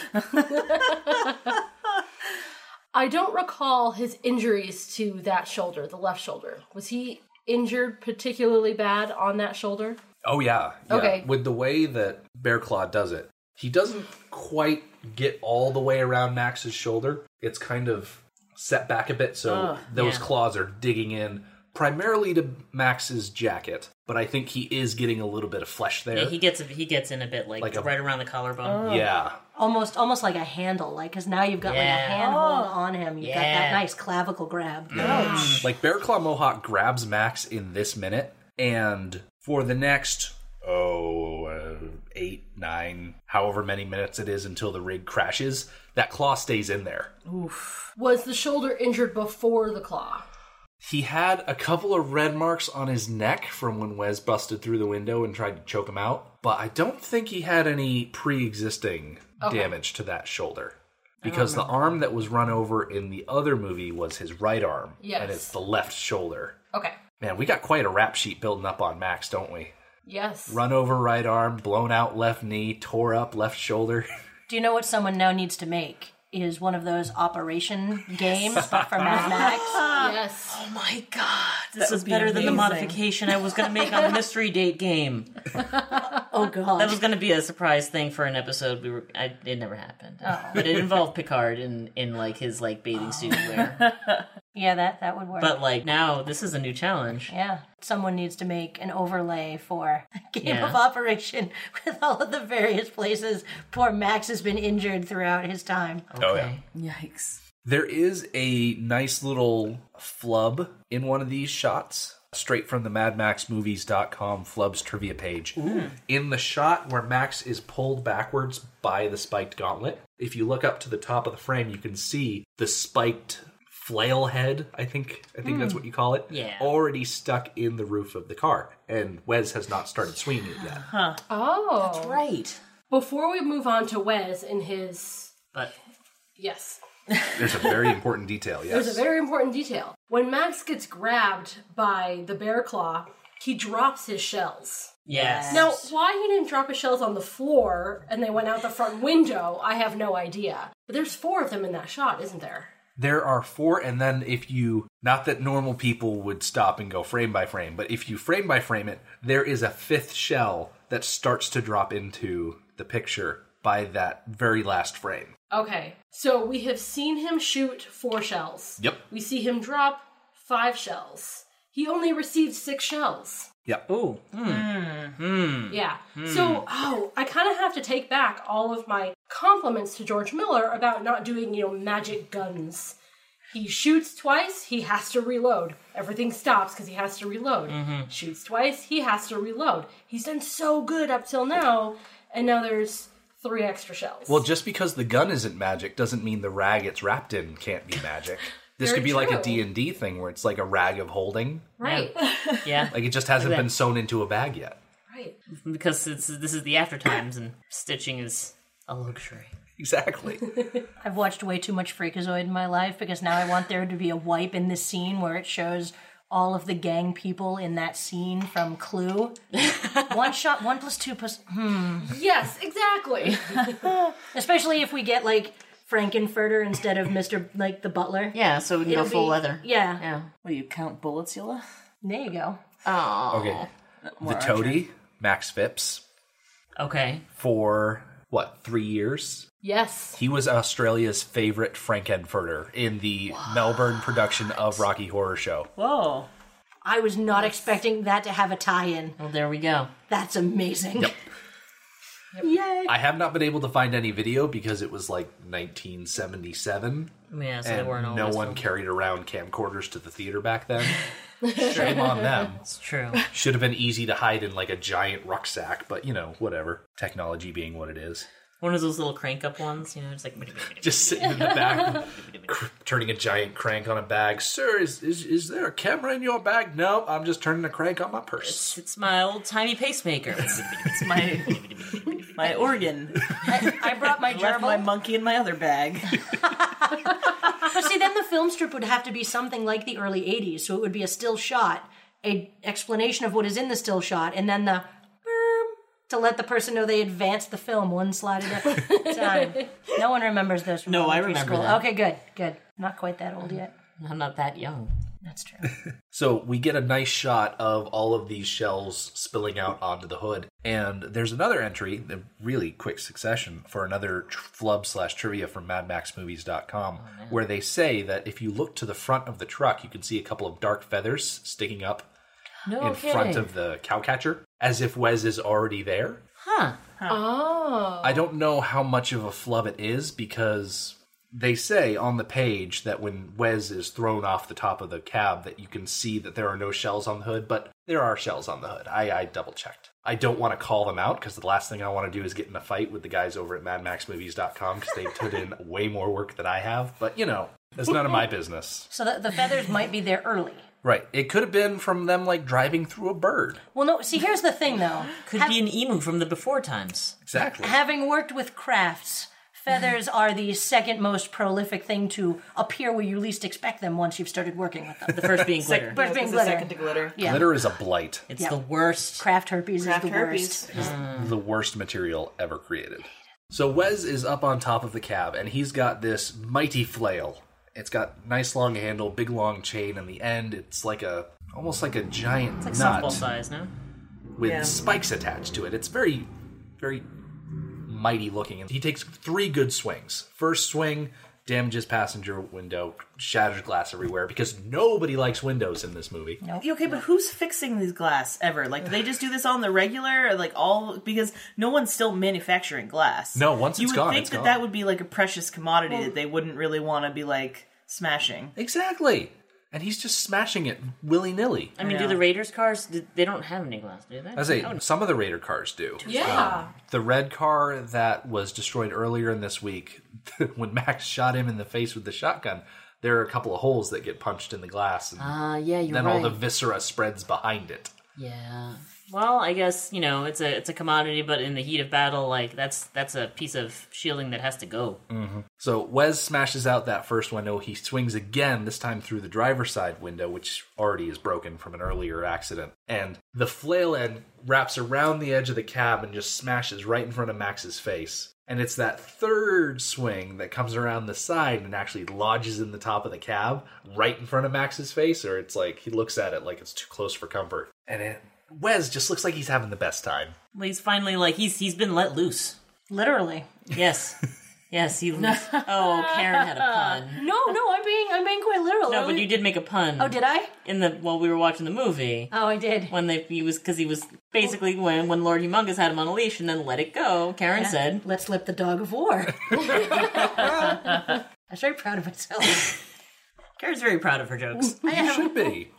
Speaker 2: I don't recall his injuries to that shoulder, the left shoulder. Was he injured particularly bad on that shoulder?
Speaker 1: Oh, yeah. yeah.
Speaker 2: Okay.
Speaker 1: With the way that Bear Claw does it, he doesn't quite get all the way around Max's shoulder. It's kind of set back a bit, so those
Speaker 3: yeah.
Speaker 1: claws are digging in primarily to Max's jacket, but I think he is getting a little bit of flesh there.
Speaker 3: Yeah, he gets he gets in a bit like,
Speaker 1: Like a-
Speaker 3: right around the collarbone.
Speaker 1: yeah.
Speaker 5: almost, almost like a handle, like because now you've got like
Speaker 3: Yeah. Oh.
Speaker 5: a handhold on him. You've got that
Speaker 3: Yeah.
Speaker 5: nice clavicle grab.
Speaker 1: Like Bear Claw Mohawk grabs Max in this minute, and for the next oh uh, eight, nine, however many minutes it is until the rig crashes, that claw stays in there.
Speaker 2: Was the shoulder injured before the claw?
Speaker 1: He had a couple of red marks on his neck from when Wes busted through the window and tried to choke him out, but I don't think he had any pre-existing damage to that shoulder. Because the arm that was run over in the other movie was his right arm, and
Speaker 2: Yes.
Speaker 1: it's the left shoulder.
Speaker 2: Okay.
Speaker 1: Man, we got quite a rap sheet building up on Max, don't we?
Speaker 2: Yes.
Speaker 1: Run over right arm, blown out left knee, tore up left shoulder.
Speaker 5: Do you know what someone now needs to make? Is one of those operation games, but for Mad Max.
Speaker 2: Yes.
Speaker 3: Oh my god, this
Speaker 4: would
Speaker 3: is
Speaker 4: be
Speaker 3: better than the
Speaker 4: amazing.
Speaker 3: modification I was going to make on the mystery date game.
Speaker 5: Oh
Speaker 3: That was
Speaker 5: god.
Speaker 3: going to be a surprise thing for an episode. We were, I, it never happened, but it involved Picard in in like his like bathing suit wear.
Speaker 5: Yeah, that that would work.
Speaker 3: But like now, this is a new challenge.
Speaker 5: yeah, someone needs to make an overlay for a game
Speaker 3: Yeah.
Speaker 5: of operation with all of the various places poor Max has been injured throughout his time.
Speaker 1: Oh,
Speaker 3: Okay.
Speaker 4: Yikes.
Speaker 1: There is a nice little flub in one of these shots, straight from the MadMaxMovies.com flubs trivia page. In the shot where Max is pulled backwards by the spiked gauntlet, if you look up to the top of the frame, you can see the spiked flail head. I think I think that's what you call it.
Speaker 3: Yeah.
Speaker 1: already stuck in the roof of the car, and Wes has not started swinging it yet.
Speaker 2: Oh.
Speaker 3: Right.
Speaker 2: Before we move on to Wes and his
Speaker 3: But
Speaker 2: yes,
Speaker 1: There's a very important detail. Yes,
Speaker 2: there's a very important detail. When Max gets grabbed by the bear claw, he drops his shells.
Speaker 3: yes.
Speaker 2: Now, why he didn't drop his shells on the floor and they went out the front window, I have no idea. But there's four of them in that shot, isn't there?
Speaker 1: There are four, and then if you, not that normal people would stop and go frame by frame, but if you frame by frame it, there is a fifth shell that starts to drop into the picture by that very last frame.
Speaker 2: Okay, so we have seen him shoot four shells.
Speaker 1: Yep.
Speaker 2: We see him drop five shells. He only received six shells.
Speaker 1: Yep.
Speaker 3: Ooh.
Speaker 2: Yeah. So, oh, I kind of have to take back all of my compliments to George Miller about not doing, you know, magic guns. He shoots twice, he has to reload. Everything stops because he has to reload. Shoots twice, he has to reload. He's done so good up till now, and now there's three extra shells.
Speaker 1: Well, just because the gun isn't magic doesn't mean the rag it's wrapped in can't be magic. This
Speaker 2: Very
Speaker 1: could be like a
Speaker 2: true.
Speaker 1: D&D thing where it's like a rag of holding.
Speaker 2: right,
Speaker 3: Yeah.
Speaker 1: Like it just hasn't been sewn into a bag yet.
Speaker 2: right.
Speaker 3: because it's, this is the after times and stitching is a luxury.
Speaker 1: Exactly.
Speaker 5: I've watched way too much Freakazoid in my life because now I want there to be a wipe in this scene where it shows all of the gang people in that scene from Clue. one shot, one plus two plus.
Speaker 2: Yes, exactly.
Speaker 5: Especially if we get like Frankenfurter instead of Mr. like the butler.
Speaker 3: Yeah, so we can go full
Speaker 2: be-
Speaker 3: leather.
Speaker 5: Yeah.
Speaker 3: Yeah.
Speaker 4: What do you count bullets, Yola?
Speaker 5: There you go.
Speaker 3: Oh.
Speaker 1: okay. The toady, Max Phipps,
Speaker 3: Okay.
Speaker 1: for what, 3 years?
Speaker 2: yes.
Speaker 1: He was Australia's favorite Frankenfurter in the Melbourne production of Rocky Horror Show.
Speaker 4: Whoa.
Speaker 5: I was not expecting that to have a tie-in.
Speaker 3: Well, there we go.
Speaker 5: That's amazing.
Speaker 1: Yep.
Speaker 5: Yay.
Speaker 1: I have not been able to find any video because it was like 1977
Speaker 3: Yeah, so they
Speaker 1: and
Speaker 3: weren't
Speaker 1: no
Speaker 3: always
Speaker 1: one carried around camcorders to the theater back then. Shame on them.
Speaker 3: It's true.
Speaker 1: Should have been easy to hide in like a giant rucksack, but you know, whatever. Technology being what it is.
Speaker 3: One of those little crank up ones, you know, just like
Speaker 1: Just sitting in the back, cr- turning a giant crank on a bag. Sir, is, is is there a camera in your bag? No, I'm just turning a crank on my purse.
Speaker 3: it's my old tiny pacemaker.
Speaker 4: It's my my organ.
Speaker 5: I, I brought my
Speaker 4: Left my
Speaker 5: gerbil.
Speaker 4: monkey in my other bag.
Speaker 5: But see, then the film strip would have to be something like the early '80s, so it would be a still shot, a explanation of what is in the still shot, and then the boom to let the person know they advanced the film one slide at a time. No one remembers this. From
Speaker 3: No, I
Speaker 5: elementary
Speaker 3: remember
Speaker 5: school.
Speaker 3: that.
Speaker 5: Okay, good, good. Not quite that old yet.
Speaker 3: I'm not that young.
Speaker 5: That's true.
Speaker 1: So we get a nice shot of all of these shells spilling out onto the hood. And there's another entry, the really quick succession, for another tr- flub slash trivia from MadMaxMovies.com,
Speaker 3: Oh,
Speaker 1: where they say that if you look to the front of the truck, you can see a couple of dark feathers sticking up
Speaker 3: No
Speaker 1: in
Speaker 3: kidding.
Speaker 1: front of the cowcatcher, as if Wes is already there.
Speaker 3: huh.
Speaker 2: Oh.
Speaker 1: I don't know how much of a flub it is because they say on the page that when Wes is thrown off the top of the cab that you can see that there are no shells on the hood, but there are shells on the hood. I, I double checked. I don't want to call them out because the last thing I want to do is get in a fight with the guys over at MadMaxMovies.com because they put in way more work than I have. But you know, that's none of my business.
Speaker 5: So the, the feathers might be there early.
Speaker 1: Right? It could have been from them like driving through a bird.
Speaker 5: Well, no. See, here's the thing, though.
Speaker 3: Could be an emu from the before times.
Speaker 1: Exactly.
Speaker 5: Having worked with crafts, feathers are the second most prolific thing to appear where you least expect them once you've started working with them.
Speaker 3: The first being glitter.
Speaker 5: First being
Speaker 4: It's the
Speaker 5: glitter.
Speaker 4: second to glitter.
Speaker 5: yeah.
Speaker 1: Glitter is a blight.
Speaker 3: It's
Speaker 5: Yeah.
Speaker 3: the worst.
Speaker 5: Craft herpes
Speaker 4: Craft
Speaker 5: is the
Speaker 4: herpes.
Speaker 5: worst.
Speaker 1: the worst material ever created. So Wes is up on top of the cab and he's got this mighty flail. It's got nice long handle, big long chain, and the end it's like a almost like a giant
Speaker 3: It's like softball
Speaker 1: nut
Speaker 3: size, no?
Speaker 1: with
Speaker 4: Yeah.
Speaker 1: spikes attached to it. It's very very mighty looking. And he takes three good swings. First swing damages passenger window, shatters glass everywhere because nobody likes windows in this movie.
Speaker 4: Okay, but who's fixing these glass ever? Like, do they just do this on the regular? Or, like all because no one's still manufacturing glass.
Speaker 1: No, once
Speaker 4: you
Speaker 1: it's
Speaker 4: would
Speaker 1: gone,
Speaker 4: think
Speaker 1: it's
Speaker 4: that
Speaker 1: gone.
Speaker 4: that would be like a precious commodity that they wouldn't really want to be like smashing.
Speaker 1: Exactly. And he's just smashing it willy-nilly.
Speaker 3: I mean, do the Raiders cars? Do, they don't have any glass, do they?
Speaker 1: I say some of the Raider cars do.
Speaker 2: yeah.
Speaker 1: the red car that was destroyed earlier in this week when max shot him in the face with the shotgun there are a couple of holes that get punched in the glass and
Speaker 3: Ah, yeah, you're
Speaker 1: then
Speaker 3: right.
Speaker 1: all the viscera spreads behind it
Speaker 3: Yeah. Well, I guess you know it's a it's a commodity, but in the heat of battle, like that's that's a piece of shielding that has to go.
Speaker 1: so wes smashes out that first window he swings again this time through the driver's side window which already is broken from an earlier accident and the flail end wraps around the edge of the cab and just smashes right in front of max's face And it's that third swing that comes around the side and actually lodges in the top of the cab right in front of Max's face, or it's like he looks at it like it's too close for comfort. And it, Wes just looks like he's having the best time.
Speaker 3: Well, he's finally like he's he's been let loose.
Speaker 5: Literally.
Speaker 3: Yes, yes. He. oh, Karen had a pun.
Speaker 5: No, no, I'm being I'm being quite literal.
Speaker 3: No, but you did make a pun.
Speaker 5: Oh, did I?
Speaker 3: in the while we were watching the movie
Speaker 5: Oh, I did.
Speaker 3: when they he was because he was basically when when Lord Humongous had him on a leash and then let it go. Karen said,
Speaker 5: Let's let the dog of war. I was very proud of myself.
Speaker 3: "Karen's very proud of her jokes.
Speaker 5: I am.
Speaker 1: Should be.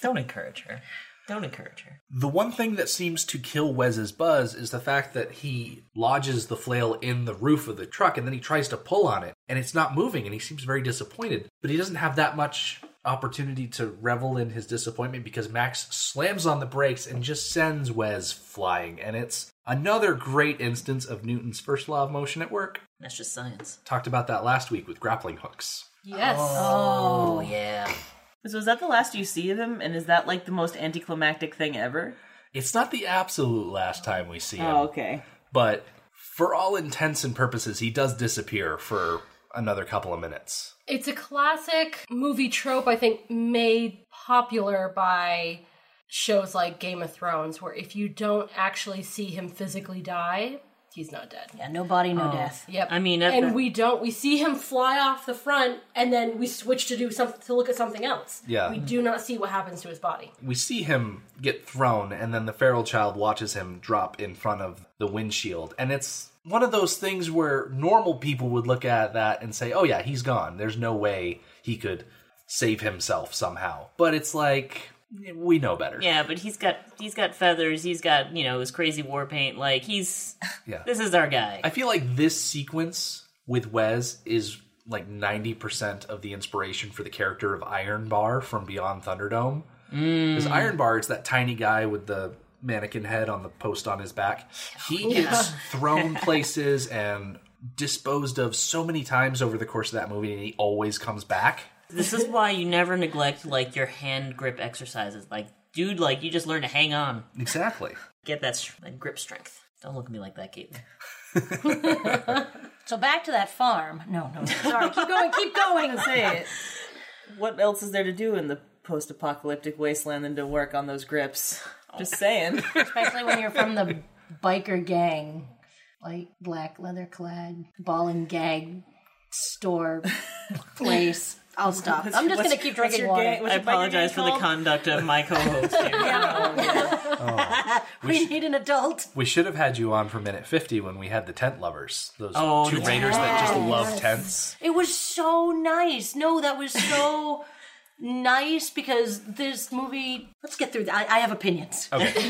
Speaker 3: Don't encourage her. Don't encourage her."
Speaker 1: The one thing that seems to kill Wes's buzz is the fact that he lodges the flail in the roof of the truck and then he tries to pull on it and it's not moving and he seems very disappointed. But he doesn't have that much opportunity to revel in his disappointment because Max slams on the brakes and just sends Wes flying. And it's another great instance of Newton's first law of motion at work.
Speaker 3: That's just science.
Speaker 1: Talked about that last week with grappling hooks.
Speaker 2: Yes.
Speaker 5: Oh yeah.
Speaker 4: So is that the last you see of him? And is that like the most anticlimactic thing ever?
Speaker 1: It's not the absolute last time we see him.
Speaker 4: Oh, okay.
Speaker 1: but for all intents and purposes, he does disappear for another couple of minutes.
Speaker 2: It's a classic movie trope, I think, made popular by shows like Game of Thrones, where if you don't actually see him physically die, he's not dead.
Speaker 5: Yeah, no body, no death.
Speaker 2: Yep.
Speaker 3: I mean,
Speaker 2: and
Speaker 3: that-
Speaker 2: we don't. We see him fly off the front, and then we switch to do something to look at something else.
Speaker 1: Yeah.
Speaker 2: We do not see what happens to his body.
Speaker 1: We see him get thrown, and then the feral child watches him drop in front of the windshield. And it's one of those things where normal people would look at that and say, oh, yeah, he's gone. There's no way he could save himself somehow. But it's like, we know better.
Speaker 3: Yeah, but he's got he's got feathers. He's got you know his crazy war paint. Like he's
Speaker 1: Yeah.
Speaker 3: this is our guy.
Speaker 1: I feel like this sequence with Wes is like 90% of the inspiration for the character of Iron Bar from Beyond Thunderdome. Because Iron Bar is that tiny guy with the mannequin head on the post on his back. He gets thrown places and disposed of so many times over the course of that movie, and he always comes back.
Speaker 3: this is why you never neglect like your hand grip exercises. Like dude, like you just learn to hang on,
Speaker 1: Exactly.
Speaker 3: get that, str- that grip strength. Don't look at me like that, Caitlin.
Speaker 5: So back to that farm. No, no, sorry. Keep going. Keep going.
Speaker 4: Say it. What else is there to do in the post-apocalyptic wasteland than to work on those grips? Just saying.
Speaker 5: Especially when you're from the biker gang, like black leather clad ball and gag store place. I'll stop. I'm just gonna keep drinking water.
Speaker 3: I apologize for the conduct of my co-host. Here.
Speaker 5: We need an adult.
Speaker 1: We should have had you on for minute 50 when we had the tent lovers, those
Speaker 3: Oh,
Speaker 1: two
Speaker 3: the
Speaker 1: raiders that just love tents.
Speaker 5: It was so nice. No, that was so nice because this movie. Let's get through that. I, I have opinions.
Speaker 1: Okay.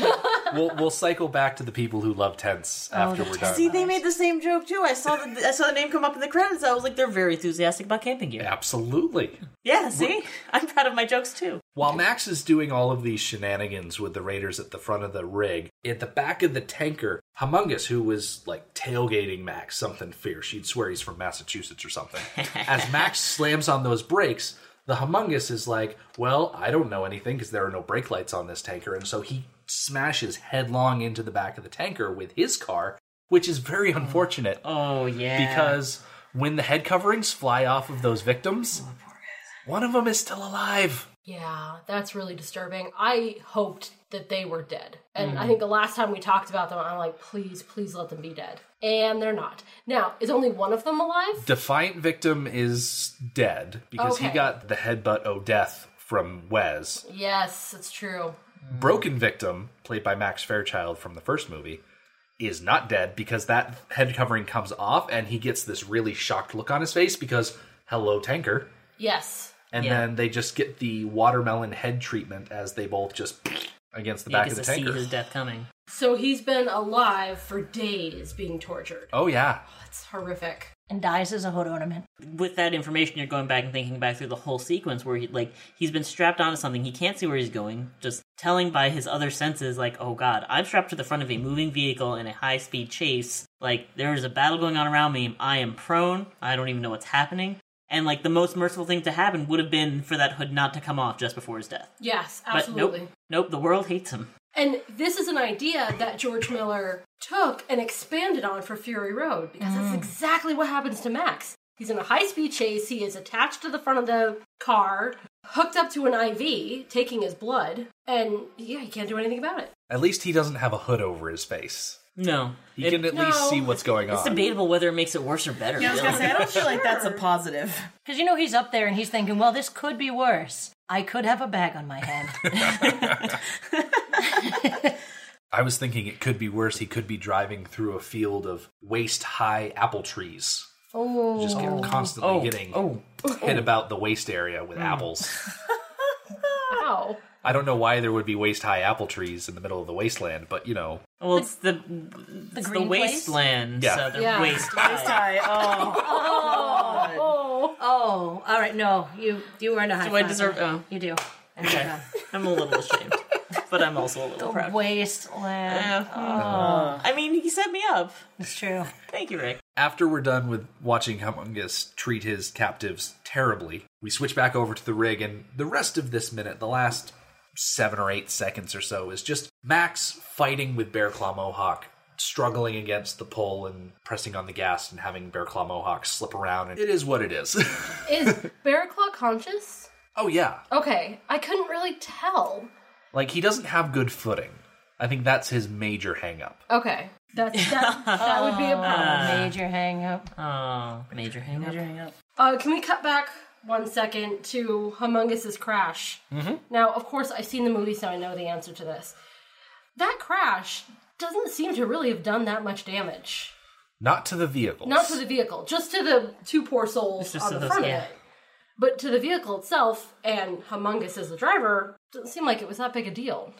Speaker 1: we'll we'll cycle back to the people who love tents
Speaker 5: Oh,
Speaker 1: after we're done.
Speaker 3: See, they made the same joke too. I saw the I saw the name come up in the credits. I was like, they're very enthusiastic about camping gear.
Speaker 1: Absolutely.
Speaker 3: Yeah, see, I'm proud of my jokes too.
Speaker 1: While Max is doing all of these shenanigans with the raiders at the front of the rig, at the back of the tanker, Humongous, who was like tailgating Max something fierce, you'd swear he's from Massachusetts or something. As Max slams on those brakes, the Humongous is like, "Well, I don't know anything because there are no brake lights on this tanker," and so he smashes headlong into the back of the tanker with his car, which is very unfortunate.
Speaker 3: Oh yeah, Oh,
Speaker 1: because when the head coverings fly off of those victims, one of them is still alive.
Speaker 2: Yeah, that's really disturbing. I hoped that they were dead. And
Speaker 3: Mm.
Speaker 2: I think the last time we talked about them, I'm like, please, please let them be dead. And they're not. Now, is only one of them alive?
Speaker 1: Defiant victim is dead because he
Speaker 2: Okay.
Speaker 1: got the headbutt o death from Wes.
Speaker 2: Yes, it's true.
Speaker 1: Broken victim, played by Max Fairchild from the first movie, is not dead because that head covering comes off and he gets this really shocked look on his face because hello tanker.
Speaker 2: Yes.
Speaker 1: And
Speaker 3: Yeah.
Speaker 1: then they just get the watermelon head treatment as they both just against the back of
Speaker 3: because
Speaker 1: the
Speaker 3: I see
Speaker 1: tanker.
Speaker 3: his death coming.
Speaker 2: So he's been alive for days being tortured.
Speaker 1: Oh yeah.
Speaker 2: That's horrific.
Speaker 5: And dies as a hood ornament.
Speaker 3: with that information, you're going back and thinking back through the whole sequence where he like he's been strapped onto something. He can't see where he's going. Just telling by his other senses, like, oh god, I'm strapped to the front of a moving vehicle in a high speed chase. Like there is a battle going on around me. I am prone. I don't even know what's happening. And like the most merciful thing to happen would have been for that hood not to come off just before his death.
Speaker 2: Yes,
Speaker 3: But
Speaker 2: absolutely.
Speaker 3: nope, nope. The world hates him.
Speaker 2: And this is an idea that George Miller took and expanded on for Fury Road because that's exactly what happens to Max. He's in a high speed chase, he is attached to the front of the car, hooked up to an IV, taking his blood, and yeah, he can't do anything about it.
Speaker 1: At least he doesn't have a hood over his face.
Speaker 3: No.
Speaker 1: He
Speaker 3: It-
Speaker 1: can at least
Speaker 2: no.
Speaker 1: see what's going
Speaker 3: it's
Speaker 1: on.
Speaker 3: debatable whether it makes it worse or better.
Speaker 4: I was gonna
Speaker 3: really.
Speaker 4: say I don't feel like that's a positive.
Speaker 5: Because you know he's up there and he's thinking, well, this could be worse. I could have a bag on my head.
Speaker 1: I was thinking it could be worse. He could be driving through a field of waist high apple trees.
Speaker 5: oh,
Speaker 1: Just get- constantly getting
Speaker 3: oh, Hmm.
Speaker 1: hit about the waist area with apples.
Speaker 2: Wow.
Speaker 1: I don't know why there would be waist high apple trees in the middle of the wasteland, but you know,
Speaker 3: well, it's the the, it's the
Speaker 5: green place?
Speaker 3: wasteland.
Speaker 1: Yeah.
Speaker 3: So the
Speaker 2: Yeah.
Speaker 3: waste.
Speaker 4: Sorry. Oh,
Speaker 2: Oh.
Speaker 5: oh, all right. No, you you earned a high
Speaker 3: Do I
Speaker 5: five.
Speaker 3: deserve? Oh,
Speaker 5: You do.
Speaker 3: okay. I'm a little ashamed, but I'm also a little proud.
Speaker 5: Wasteland.
Speaker 3: Yeah. I mean, he set me up.
Speaker 5: It's true.
Speaker 3: Thank you, Rick.
Speaker 1: after we're done with watching Humongous treat his captives terribly, we switch back over to the rig, and the rest of this minute, the last seven or eight seconds or so, is just Max fighting with Bear Claw Mohawk, struggling against the pull and pressing on the gas and having Bear Claw Mohawk slip around. And it is what it is.
Speaker 2: Is Barraclaw conscious?
Speaker 1: oh, yeah.
Speaker 2: Okay, I couldn't really tell.
Speaker 1: Like, he doesn't have good footing. I think that's his major hang up.
Speaker 2: Okay, that's, that, that would be a problem.
Speaker 3: Ah.
Speaker 5: Major hang up.
Speaker 3: Oh, major hang up.
Speaker 2: Uh, can we cut back one second to Humongous's crash?
Speaker 3: Mm-hmm.
Speaker 2: Now, of course, I've seen the movie, so I know the answer to this. That crash doesn't seem to really have done that much damage.
Speaker 1: Not to the vehicles.
Speaker 2: Not to the vehicle, just to the two poor souls
Speaker 3: just
Speaker 2: on
Speaker 3: to
Speaker 2: the
Speaker 3: those-
Speaker 2: front
Speaker 3: yeah.
Speaker 2: of it. But to the vehicle itself, and Humongous as the driver, doesn't seem like it was that big a deal.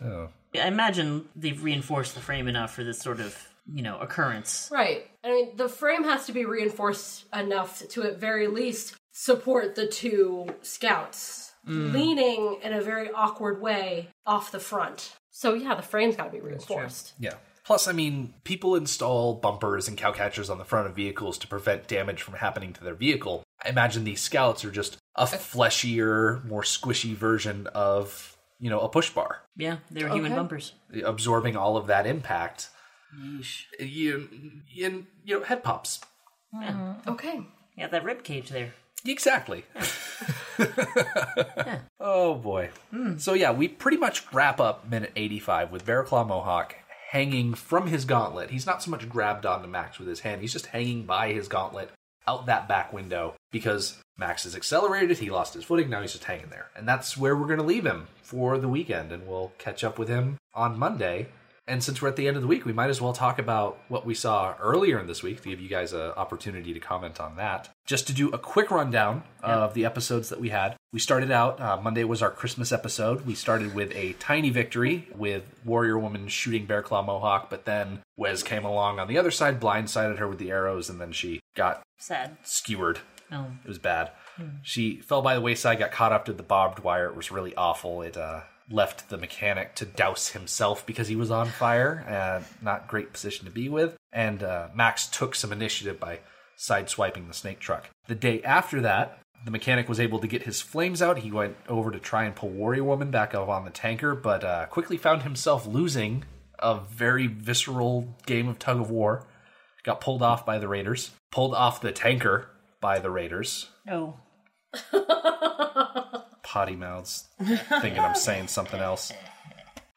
Speaker 3: I imagine they've reinforced the frame enough for this sort of you know occurrence.
Speaker 2: Right. I mean, the frame has to be reinforced enough to, at very least, support the two scouts leaning in a very awkward way off the front. So, yeah, the frame's got to be reinforced.
Speaker 1: Yeah. Plus, I mean, people install bumpers and cow catchers on the front of vehicles to prevent damage from happening to their vehicle. I imagine these scouts are just a fleshier, more squishy version of, you know, a push bar,
Speaker 3: Yeah, they were human bumpers.
Speaker 1: absorbing all of that impact. You, and, you know, head pops.
Speaker 2: Okay.
Speaker 3: Yeah, that rib cage there.
Speaker 1: Exactly. Oh boy. So yeah, we pretty much wrap up minute 85 with Bear Claw Mohawk hanging from his gauntlet. He's not so much grabbed onto Max with his hand, he's just hanging by his gauntlet out that back window because Max is accelerated, he lost his footing, now he's just hanging there. And that's where we're going to leave him for the weekend and we'll catch up with him on Monday. And since we're at the end of the week, we might as well talk about what we saw earlier in this week to give you guys an opportunity to comment on that. Just to do a quick rundown of the episodes that we had, we started out, uh, Monday was our Christmas episode. We started with a tiny victory with Warrior Woman shooting Bear Claw Mohawk, but then Wes came along on the other side, blindsided her with the arrows, and then she got
Speaker 3: Sad.
Speaker 1: skewered.
Speaker 3: Oh.
Speaker 1: It was bad. She fell by the wayside, got caught up to the bobbed wire. It was really awful. It uh, left the mechanic to douse himself because he was on fire. Uh, not great position to be with. And uh, Max took some initiative by sideswiping the snake truck. The day after that, the mechanic was able to get his flames out. He went over to try and pull Warrior Woman back up on the tanker, but uh, quickly found himself losing a very visceral game of tug of war got pulled off by the Raiders, pulled off the tanker by the Raiders.
Speaker 3: No.
Speaker 1: Potty mouths thinking I'm saying something else.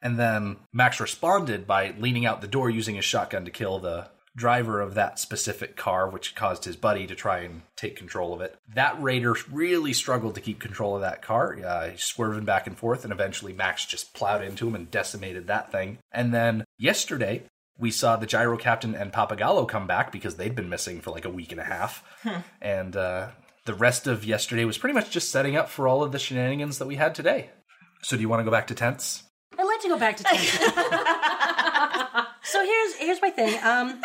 Speaker 1: And then Max responded by leaning out the door using his shotgun to kill the driver of that specific car, which caused his buddy to try and take control of it. That Raider really struggled to keep control of that car, uh, swerving back and forth, and eventually Max just plowed into him and decimated that thing. And then yesterday, we saw the gyro captain and papagallo come back because they'd been missing for like a week and a half and uh, the rest of yesterday was pretty much just setting up for all of the shenanigans that we had today so do you want to go back to tents
Speaker 5: I'd like to go back to ten. so here's here's my thing. Um,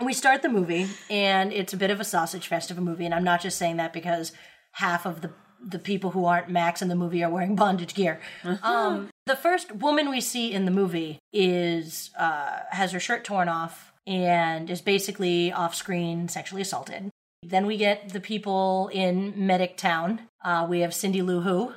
Speaker 5: we start the movie, and it's a bit of a sausage fest of a movie, and I'm not just saying that because half of the the people who aren't Max in the movie are wearing bondage gear. Um, the first woman we see in the movie is uh, has her shirt torn off and is basically off screen sexually assaulted. Then we get the people in Medic Town. Uh, we have Cindy Lou Who,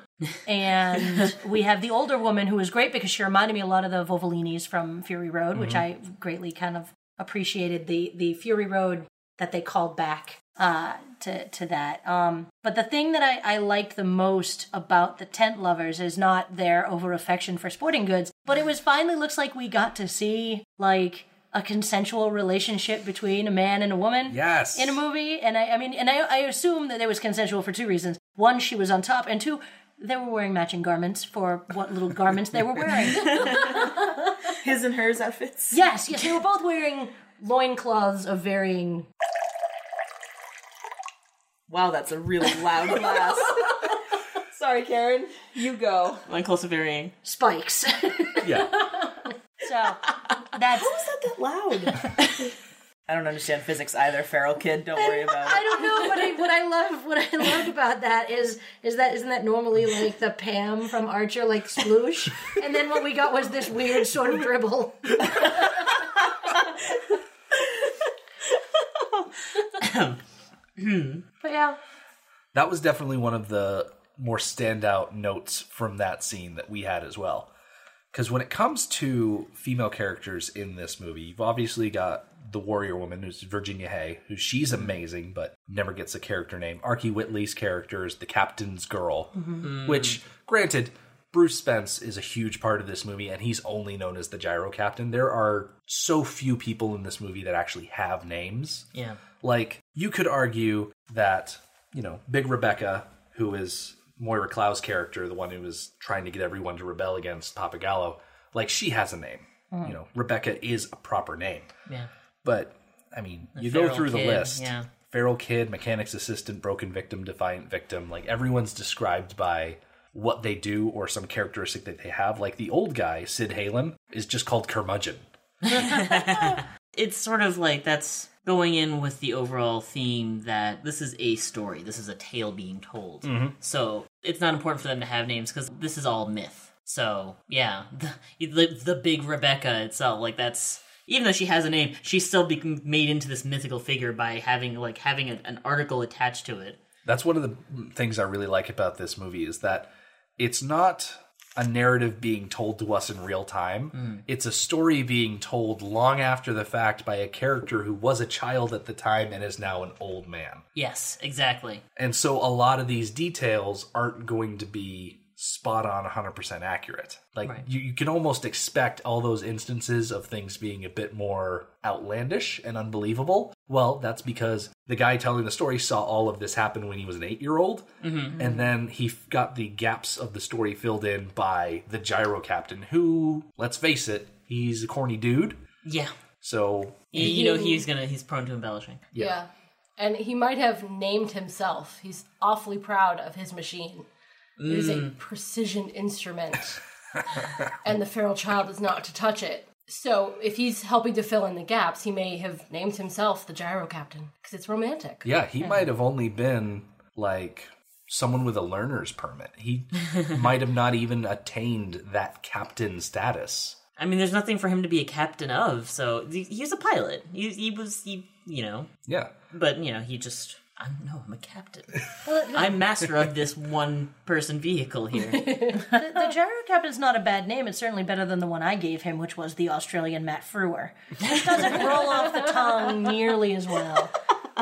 Speaker 5: and we have the older woman who was great because she reminded me a lot of the Vovolinis from Fury Road, which I greatly kind of appreciated the the Fury Road that they called back uh, to to that. Um, but the thing that I, I liked the most about the tent lovers is not their over affection for sporting goods, but it was finally looks like we got to see like a consensual relationship between a man and a woman
Speaker 1: Yes.
Speaker 5: in a movie and i, I mean and I, I assume that it was consensual for two reasons one she was on top and two they were wearing matching garments for what little garments they were wearing
Speaker 4: His and hers outfits.
Speaker 5: yes yes they were both wearing loincloths of varying
Speaker 4: Wow, that's a really loud glass. Sorry, Karen. You go.
Speaker 3: One close to varying.
Speaker 5: spikes
Speaker 1: Yeah.
Speaker 5: so that's
Speaker 4: Not that loud. I don't understand physics either, feral kid. Don't worry about
Speaker 5: I
Speaker 4: it.
Speaker 5: don't know, but I, what I love, what I loved about that is, is that isn't that normally like the Pam from Archer, like sploosh, and then what we got was this weird sort of dribble. but yeah,
Speaker 1: That was definitely one of the more standout notes from that scene that we had as well. Because when it comes to female characters in this movie, you've obviously got the warrior woman, who's Virginia Hay, who she's amazing, but never gets a character name. Archie Whitley's character is the captain's girl, which, granted, Bruce Spence is a huge part of this movie, and he's only known as the gyro captain. There are so few people in this movie that actually have names.
Speaker 3: Yeah.
Speaker 1: Like, you could argue that, you know, Big Rebecca, who is Moira Clow's character, the one who is trying to get everyone to rebel against Papa Gallo, like, she has a name. You know, Rebecca is a proper name.
Speaker 3: Mm. Yeah.
Speaker 1: But, I mean, you
Speaker 3: feral
Speaker 1: go through the
Speaker 3: kid,
Speaker 1: list.
Speaker 3: yeah.
Speaker 1: Feral kid, mechanic's assistant, broken victim, defiant victim. Like, everyone's described by what they do or some characteristic that they have. Like, the old guy, Sid Halen, is just called curmudgeon.
Speaker 3: It's sort of like that's going in with the overall theme that this is a story, this is a tale being told. So it's not important for them to have names because this is all myth. So yeah, the, the the big Rebecca itself, like that's even though she has a name, she's still being made into this mythical figure by having like having a, an article attached to it.
Speaker 1: that's one of the things I really like about this movie is that it's not a narrative being told to us in real time. It's a story being told long after the fact by a character who was a child at the time and is now an old man.
Speaker 3: Yes, exactly.
Speaker 1: And so a lot of these details aren't going to be spot on 100% accurate. Like
Speaker 3: Right.
Speaker 1: you, you can almost expect all those instances of things being a bit more outlandish and unbelievable. Well, that's because the guy telling the story saw all of this happen when he was an eight year old. And then he f- got the gaps of the story filled in by the gyro captain, who, let's face it, he's a corny dude.
Speaker 3: Yeah,
Speaker 1: So
Speaker 3: you, you know he's gonna he's prone to embellishing.
Speaker 1: Yeah.
Speaker 2: And he might have named himself. He's awfully proud of his machine. It is a precision instrument, and the feral child is not to touch it. So, if he's helping to fill in the gaps, he may have named himself the Gyro Captain because it's romantic.
Speaker 1: Yeah, he might have only been like someone with a learner's permit. He might have not even attained that captain status.
Speaker 3: I mean, there's nothing for him to be a captain of, so he he was a pilot. He, he was, he, you know,
Speaker 1: Yeah.
Speaker 3: but you know, he just, I am no, I'm a captain. I'm master of this one person vehicle here.
Speaker 5: the, the gyro captain's not a bad name. It's certainly better than the one I gave him, which was the Australian Matt Frewer. It doesn't roll off the tongue nearly as well.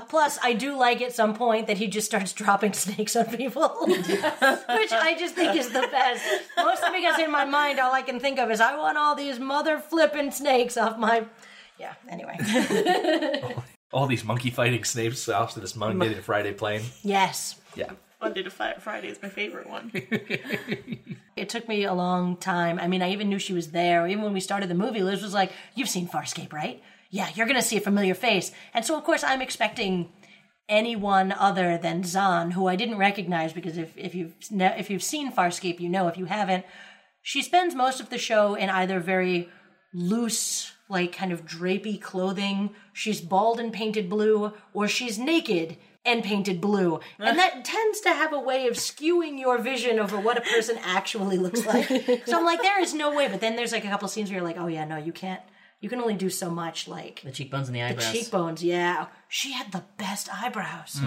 Speaker 5: Plus, I do like at some point that he just starts dropping snakes on people, which I just think is the best. Mostly because in my mind, all I can think of is I want all these mother flippin' snakes off my. Yeah. Anyway.
Speaker 1: All these monkey fighting snakes off to this Monday to Friday plane.
Speaker 5: Yes.
Speaker 1: Yeah.
Speaker 3: Monday to Friday is my favorite one.
Speaker 5: It took me a long time. I mean, I even knew she was there. Even when we started the movie, Liz was like, You've seen Farscape, right? Yeah, you're going to see a familiar face. And so, of course, I'm expecting anyone other than Zahn, who I didn't recognize because if, if, you've, ne- if you've seen Farscape, you know. If you haven't, she spends most of the show in either very loose, like kind of drapey clothing. She's bald and painted blue, or she's naked and painted blue. And that tends to have a way of skewing your vision over what a person actually looks like. so I'm like, there is no way. But then there's like a couple scenes where you're like, oh yeah, no, you can't. You can only do so much, like
Speaker 3: The cheekbones and the
Speaker 5: the
Speaker 3: eyebrows.
Speaker 5: cheekbones. Yeah, she had the best eyebrows.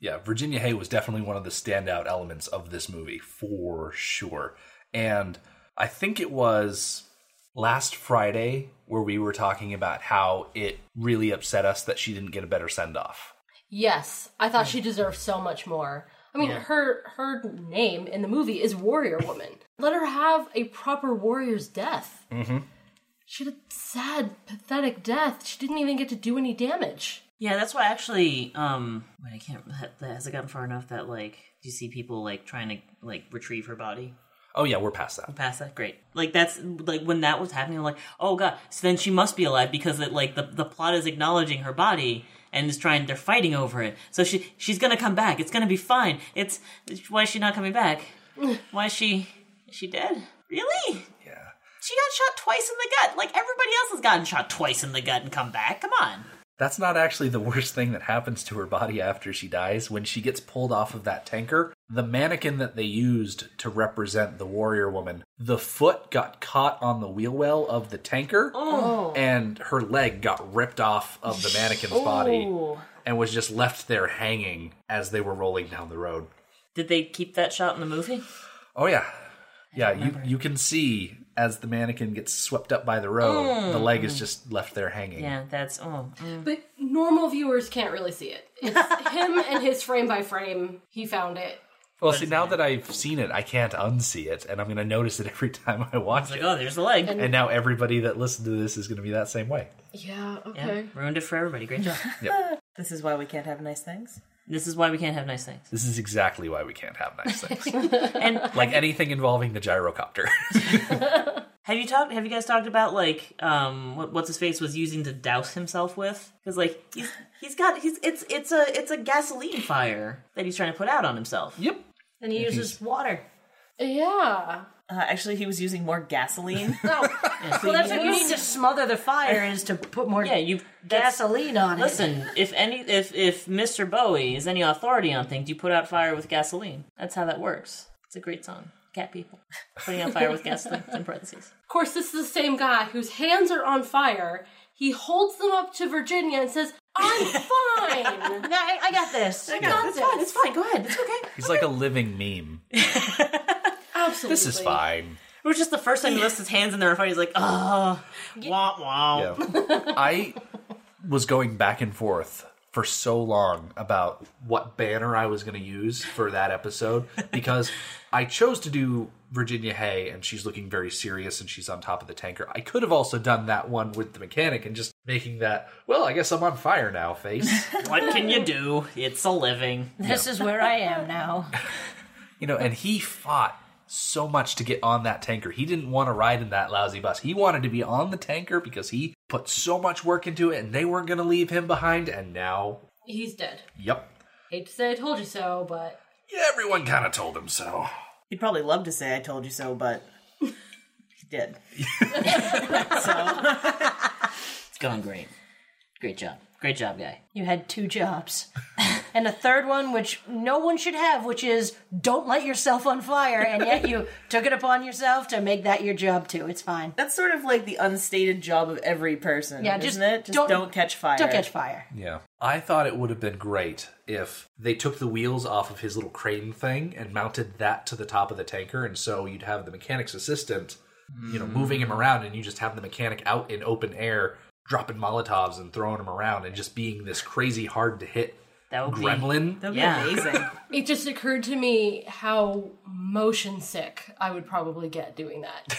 Speaker 1: Yeah, Virginia Hay was definitely one of the standout elements of this movie, for sure. And I think it was last Friday where we were talking about how it really upset us that she didn't get a better send off.
Speaker 2: Yes, I thought she deserved so much more. I mean, her her name in the movie is Warrior Woman. Let her have a proper warrior's death. Mm-hmm. She had a sad, pathetic death. She didn't even get to do any damage.
Speaker 3: Yeah, that's why actually. Um, wait, I can't. That, that has it gotten far enough that like you see people like trying to like retrieve her body
Speaker 1: Oh, yeah, we're past that.
Speaker 3: past that. Great. Like that's like when that was happening. I'm like, oh god. So then she must be alive because it like the the plot is acknowledging her body and is trying. They're fighting over it. So she she's gonna come back. It's gonna be fine. It's why is she not coming back? Why is she is she dead? Really?
Speaker 1: Yeah.
Speaker 3: She got shot twice in the gut. Like everybody else has gotten shot twice in the gut and come back. Come on.
Speaker 1: That's not actually the worst thing that happens to her body after she dies. When she gets pulled off of that tanker, the mannequin that they used to represent the warrior woman, the foot got caught on the wheel well of the tanker, and her leg got ripped off of the mannequin's body and was just left there hanging as they were rolling down the road.
Speaker 3: Did they keep that shot in the movie?
Speaker 1: Oh yeah. Yeah, you, you can see as the mannequin gets swept up by the road, the leg is just left there hanging.
Speaker 3: Yeah, that's oh. mm.
Speaker 2: But normal viewers can't really see it. It's him and his frame by frame. He found it.
Speaker 1: Well, see, now that I've seen it, I can't unsee it, and I'm going to notice it every time I watch
Speaker 3: Like
Speaker 1: it.
Speaker 3: oh, there's the leg.
Speaker 1: And now everybody that listened to this is going to be that same way.
Speaker 2: Yeah.
Speaker 3: Yeah,
Speaker 2: Okay.
Speaker 3: ruined it for everybody. Great job.
Speaker 4: This is why we can't have nice things.
Speaker 3: this is why we can't have nice things.
Speaker 1: This is exactly why we can't have nice things.
Speaker 3: And
Speaker 1: like anything involving the gyrocopter.
Speaker 3: Have you talked? Have you guys talked about like um what what's his face was using to douse himself with? Because like he's he's got he's it's it's a it's a gasoline fire that he's trying to put out on himself.
Speaker 1: yep.
Speaker 5: And he uses water.
Speaker 2: Yeah.
Speaker 4: Uh, actually, he was using more gasoline.
Speaker 5: Well, that's what you need to smother the fire is to put more
Speaker 3: Yeah, you that's-
Speaker 5: gasoline on it.
Speaker 3: Listen, if any if if Mr. Bowie is any authority on things, you put out fire with gasoline. That's how that works. It's a great song. Cat people putting out fire with gasoline. it's In parentheses.
Speaker 2: Of course, this is the same guy whose hands are on fire. He holds them up to Virginia and says, "I'm fine."
Speaker 5: No, I, I got this.
Speaker 3: it's fine. It's fine. Go ahead. It's okay.
Speaker 1: He's like a living meme.
Speaker 2: Absolutely.
Speaker 1: This is fine.
Speaker 3: It was just the first time he lists his hands in there and fire. He's like, oh, wah wah.
Speaker 1: Yeah. I was going back and forth for so long about what banner I was going to use for that episode because I chose to do Virginia Hay and she's looking very serious and she's on top of the tanker. I could have also done that one with the mechanic and just making that, well, I guess I'm on fire now face.
Speaker 3: What can you do? It's a living.
Speaker 5: This is where I am now.
Speaker 1: you know, and he fought so much to get on that tanker. He didn't want to ride in that lousy bus. He wanted to be on the tanker because he put so much work into it and they weren't going to leave him behind and now,
Speaker 2: He's dead.
Speaker 1: yep.
Speaker 2: Hate to say I told you so, but
Speaker 1: Everyone kind of told him so.
Speaker 4: He'd probably love to say "I told you so," but he did. so
Speaker 3: It's going great. Great job. Great job, guy.
Speaker 5: You had two jobs. and a third one, which no one should have, which is don't light yourself on fire. And yet you took it upon yourself to make that your job too. It's fine.
Speaker 4: that's sort of like the unstated job of every person,
Speaker 5: Yeah,
Speaker 4: isn't
Speaker 5: just
Speaker 4: it? Just
Speaker 5: don't-
Speaker 4: don't, catch fire.
Speaker 5: Don't catch fire.
Speaker 1: Yeah. I thought it would have been great if they took the wheels off of his little crane thing and mounted that to the top of the tanker. And so you'd have the mechanic's assistant, you know, moving him around and you just have the mechanic out in open air, dropping Molotovs and throwing him around and just being this crazy hard to hit
Speaker 3: That would
Speaker 1: gremlin.
Speaker 4: That'd
Speaker 3: Yeah.
Speaker 4: be amazing.
Speaker 2: It just occurred to me how motion sick I would probably get doing that.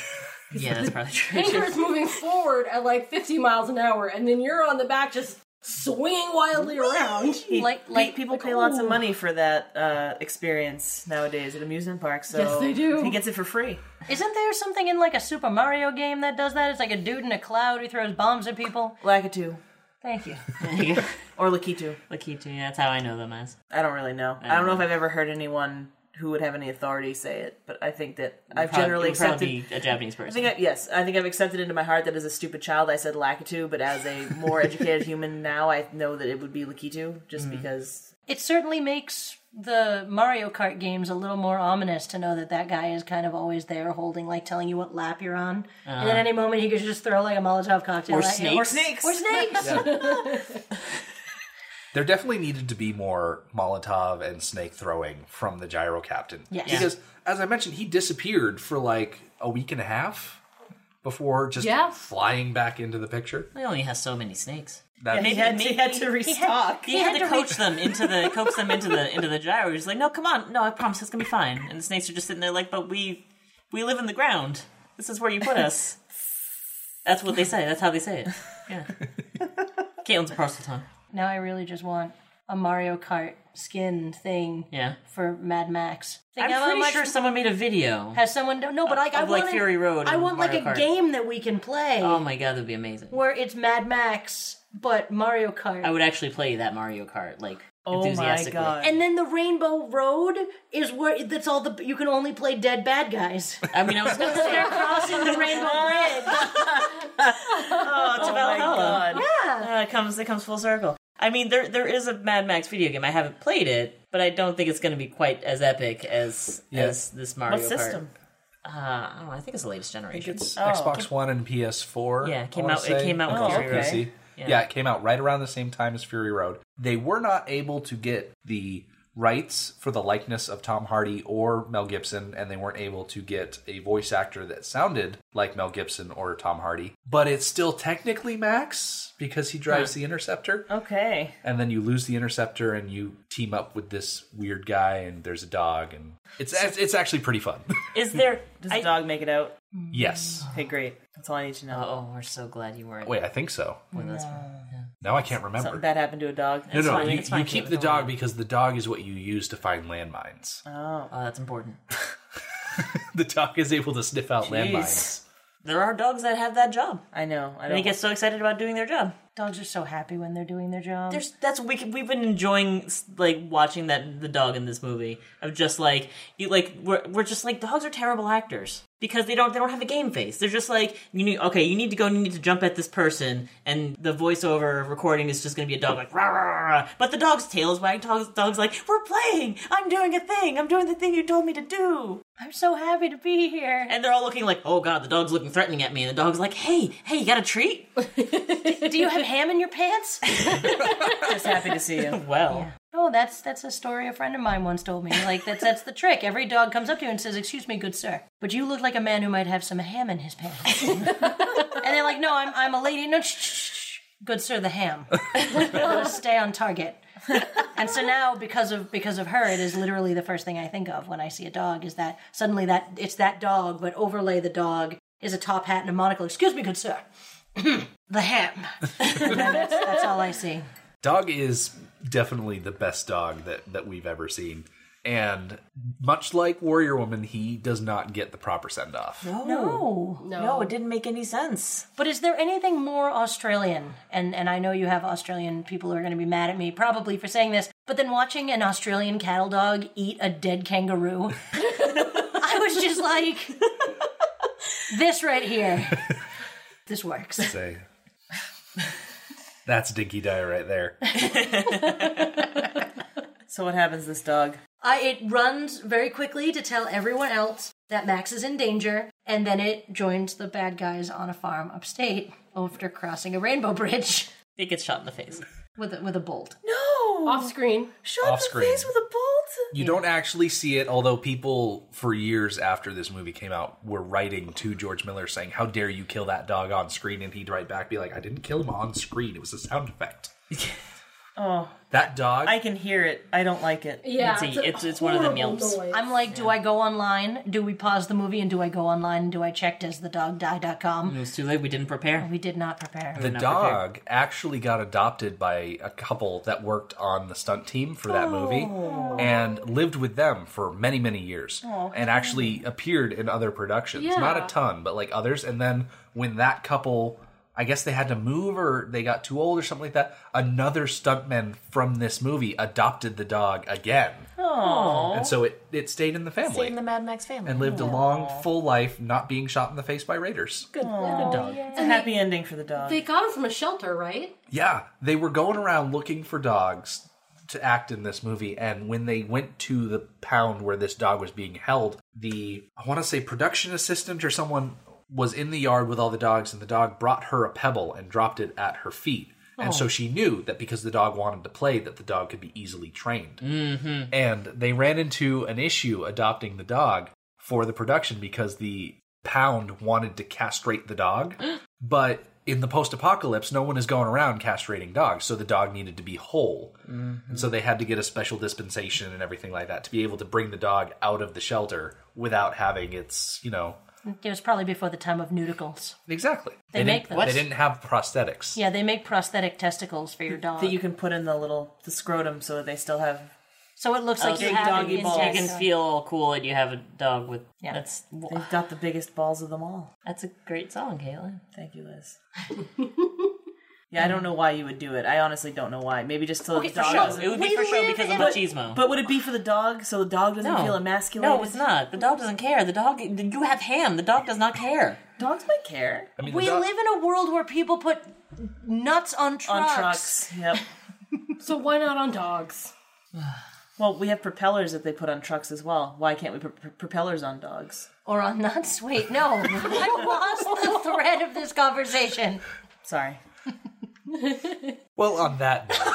Speaker 3: be. Yeah, that's probably true.
Speaker 2: Anchor is moving forward at like 50 miles an hour, and then you're on the back just swinging wildly around.
Speaker 5: Like, like
Speaker 4: People pay lots of money for that uh, experience nowadays at amusement parks. So
Speaker 2: Yes, they do.
Speaker 4: He gets it for free.
Speaker 5: Isn't there something in like a Super Mario game that does that? It's like a dude in a cloud who throws bombs at people.
Speaker 4: Lakitu
Speaker 5: Thank you.
Speaker 4: or Lakitu.
Speaker 3: Lakitu, yeah, that's how I know them as.
Speaker 4: I don't really know. I don't,
Speaker 3: Uh-huh.
Speaker 4: know if I've ever heard anyone who would have any authority say it, but I think that I've
Speaker 3: Probably-
Speaker 4: generally
Speaker 3: it would probably
Speaker 4: accepted.
Speaker 3: be a Japanese person.
Speaker 4: I think I, yes, I think I've accepted into my heart that as a stupid child I
Speaker 3: Mm-hmm.
Speaker 4: said Lakitu, but as a more educated human now, I know that it would be Lakitu, just because
Speaker 5: It certainly makes the Mario Kart games a little more ominous to know that that guy is kind of always there holding, like telling you what lap you're on. And at any moment, he could just throw like a Molotov cocktail
Speaker 3: Uh-huh. Or
Speaker 5: at you. Or,
Speaker 3: snakes.
Speaker 4: Snakes.
Speaker 5: or snakes.
Speaker 1: There definitely needed to be more Molotov and snake throwing from the gyro captain.
Speaker 5: Yes. Yeah.
Speaker 1: Because, as I mentioned, he disappeared for like a week and a half before just
Speaker 2: Yeah.
Speaker 1: flying back into the picture.
Speaker 3: He only has so many snakes.
Speaker 1: That,
Speaker 4: He had, he had to restock.
Speaker 3: He, had, to coach them into the coax them into the into the gyro. He's like, no, come on, no, I promise it's gonna be fine. And the snakes are just sitting there like, but we we live in the ground. This is where you put us. That's what they say. That's how they say it. Yeah. Caitlin's a parcel tongue.
Speaker 5: Now I really just want a Mario Kart skin thing
Speaker 3: Yeah.
Speaker 5: for Mad Max. Think
Speaker 3: I'm
Speaker 5: how
Speaker 3: pretty
Speaker 5: much-
Speaker 3: sure someone made a video.
Speaker 5: Has someone done? No, but like I
Speaker 3: of, like,
Speaker 5: want
Speaker 3: Fury Road
Speaker 5: I
Speaker 3: and
Speaker 5: want like
Speaker 3: Mario
Speaker 5: a
Speaker 3: Kart.
Speaker 5: game that we can play
Speaker 3: Oh my god, that'd be amazing.
Speaker 5: where it's Mad Max but Mario Kart.
Speaker 3: I would actually play that Mario Kart like
Speaker 4: Oh my
Speaker 3: enthusiastically.
Speaker 4: god.
Speaker 5: and then the Rainbow Road is where that's all the you can only play dead bad guys.
Speaker 3: I mean, I was gonna say
Speaker 5: They're crossing the Rainbow Bridge.
Speaker 3: oh, it's about
Speaker 4: Oh my god.
Speaker 3: Uh, it comes it comes full circle. I mean, there there is a Mad Max video game. I haven't played it, but I don't think it's going to be quite as epic as
Speaker 1: Yeah.
Speaker 3: as this Mario
Speaker 4: What
Speaker 3: Kart.
Speaker 4: system?
Speaker 3: Uh, I don't know. I think it's the latest generation.
Speaker 1: it's Xbox One and PS4.
Speaker 3: Oh, Yeah, it
Speaker 1: I
Speaker 3: came
Speaker 1: wanna
Speaker 3: out- it
Speaker 1: say,
Speaker 3: came out with
Speaker 1: and also
Speaker 4: Fury Road.
Speaker 1: PC. Yeah. it came out right around the same time as Fury Road. They were not able to get the rights for the likeness of Tom Hardy or Mel Gibson, and they weren't able to get a voice actor that sounded like Mel Gibson or Tom Hardy. But it's still technically Max because he drives the Interceptor.
Speaker 4: Okay.
Speaker 1: And then you lose the interceptor, and you team up with this weird guy, and there's a dog, and it's it's, it's actually pretty fun.
Speaker 3: Is there?
Speaker 4: Does
Speaker 3: I,
Speaker 4: the dog make it out?
Speaker 1: yes.
Speaker 4: Okay, great. That's all I need to know.
Speaker 3: oh, we're so glad you weren't
Speaker 1: Wait, I think so.
Speaker 3: with us.
Speaker 1: Now I can't remember.
Speaker 4: Something bad happened to a dog.
Speaker 1: No, no,
Speaker 3: fine,
Speaker 1: you,
Speaker 3: it's fine,
Speaker 1: you keep
Speaker 3: Caitlin,
Speaker 1: the
Speaker 3: don't
Speaker 1: dog
Speaker 3: worry.
Speaker 1: because the dog is what you use to find landmines.
Speaker 3: Oh, that's important.
Speaker 1: the dog is able to sniff out landmines.
Speaker 4: Jeez.
Speaker 3: There are dogs that have that job.
Speaker 4: I know. I
Speaker 3: And they
Speaker 4: don't.
Speaker 3: get so excited about doing their job.
Speaker 5: Dogs are so happy when they're doing their job.
Speaker 3: There's that's we can- we've been enjoying like watching that the dog in this movie of just like you like we're we're just like dogs are terrible actors because they don't they don't have a game face. They're just like you need okay you need to go and you need to jump at this person and the voiceover recording is just going to be a dog like rah, rah, rah, rah. but the dog's tail is wagged. Dogs dogs like we're playing. I'm doing a thing. I'm doing the thing you told me to do.
Speaker 5: I'm so happy to be here.
Speaker 3: And they're all looking like oh god the dog's looking threatening at me and the dog's like hey hey you got a treat.
Speaker 5: Do you have ham in your pants?
Speaker 4: Just happy to see you.
Speaker 3: well.
Speaker 5: Oh, that's that's a story a friend of mine once told me. Like that's that's the trick. Every dog comes up to you and says, "Excuse me, good sir, but you look like a man who might have some ham in his pants." and they're like, "No, I'm I'm a lady." No, shh, shh, shh. good sir, the ham. Gotta Stay on target. And so now, because of because of her, it is literally the first thing I think of when I see a dog. Is that suddenly that it's that dog, but overlay the dog is a top hat and a monocle. Excuse me, good sir, the ham. And then that's, that's all I see.
Speaker 1: Dog is definitely the best dog that, that we've ever seen. And much like Warrior Woman, he does not get the proper send off.
Speaker 5: No.
Speaker 3: No, it didn't make any sense.
Speaker 5: But is there anything more Australian? And and I know you have Australian people who are going to be mad at me probably for saying this, but then watching an Australian cattle dog eat a dead kangaroo, I was just like, this right here, this works.
Speaker 1: Say, that's Dinky Dye right there.
Speaker 4: So what happens to this dog?
Speaker 5: I, it runs very quickly to tell everyone else that Max is in danger, and then it joins the bad guys on a farm upstate after crossing a rainbow bridge
Speaker 3: It gets shot in the face.
Speaker 5: with a, with a bolt.
Speaker 4: No.
Speaker 2: Off screen.
Speaker 4: Shot
Speaker 1: Off screen.
Speaker 4: a bolt.
Speaker 1: You don't actually see it, although people for years after this movie came out were writing to George Miller saying, How dare you kill that dog on screen? And he'd write back, be like, I didn't kill him on screen. It was a sound effect.
Speaker 4: Oh,
Speaker 1: That dog.
Speaker 4: I can hear it. I don't like it.
Speaker 2: Yeah.
Speaker 3: It's a- it's- it's one of them
Speaker 2: horrible
Speaker 3: yelps.
Speaker 2: noise.
Speaker 5: I'm like, do I go online? Do we pause the movie and do I go online? Do I check does the dog die.com?
Speaker 3: It was too late. We didn't prepare.
Speaker 5: We did not prepare.
Speaker 1: the dog actually got adopted by a couple that worked on the stunt team for that movie and lived with them for many, many years and actually appeared in other productions. Not
Speaker 2: Yeah.
Speaker 1: a ton, but like others. And then when that couple, I guess they had to move or they got too old or something like that, another stuntman from this movie adopted the dog again. And so it, it stayed in the family.
Speaker 3: Stayed in the Mad Max family.
Speaker 1: and lived a long, full life, not being shot in the face by raiders.
Speaker 3: Good, good dog.
Speaker 4: It's a happy ending for the dog.
Speaker 2: They got him from a shelter, right?
Speaker 1: Yeah, they were going around looking for dogs to act in this movie. And when they went to the pound where this dog was being held, the, I want to say production assistant or someone was in the yard with all the dogs, and the dog brought her a pebble and dropped it at her feet. And so she knew that because the dog wanted to play, that the dog could be easily trained. Mm-hmm. And they ran into an issue adopting the dog for the production because the pound wanted to castrate the dog. but in the post apocalypse, no one is going around castrating dogs. So the dog needed to be whole. And so they had to get a special dispensation and everything like that to be able to bring the dog out of the shelter without having its, you know.
Speaker 5: It was probably before the time of nudicles.
Speaker 1: Exactly.
Speaker 5: They
Speaker 1: didn't-
Speaker 5: make them.
Speaker 1: They didn't have prosthetics.
Speaker 5: Yeah, they make prosthetic testicles for your dog,
Speaker 4: that you can put in the little the scrotum so that they still have
Speaker 5: so it looks like you
Speaker 4: big
Speaker 5: have
Speaker 4: doggy
Speaker 5: an
Speaker 4: balls.
Speaker 3: Oh. You
Speaker 5: insect.
Speaker 3: can feel all cool and you have a dog with.
Speaker 5: Yeah.
Speaker 3: That's
Speaker 4: they've got the biggest balls of them all.
Speaker 3: that's a great song, Caitlin.
Speaker 4: Thank you, Liz. yeah, I don't know why you would do it. I honestly don't know why. Maybe just so
Speaker 5: Okay,
Speaker 4: the
Speaker 5: for
Speaker 4: dog
Speaker 5: show.
Speaker 4: doesn't.
Speaker 3: It would
Speaker 5: We
Speaker 3: be for sure
Speaker 5: live
Speaker 3: because of
Speaker 5: in-
Speaker 3: machismo.
Speaker 4: But would it be for the dog so the dog doesn't feel emasculated?
Speaker 3: No, it's not. The dog doesn't care. The dog, you have ham. The dog does not care.
Speaker 4: Dogs might care
Speaker 1: I mean, the
Speaker 5: We
Speaker 1: dog-
Speaker 5: live in a world where people put nuts on trucks.
Speaker 4: on trucks. Yep.
Speaker 2: So why not on dogs?
Speaker 4: Well, we have propellers that they put on trucks as well. Why can't we put pr- propellers on dogs?
Speaker 5: or on nuts. Wait, no, I lost the thread of this conversation.
Speaker 4: Sorry.
Speaker 1: Well, on that note,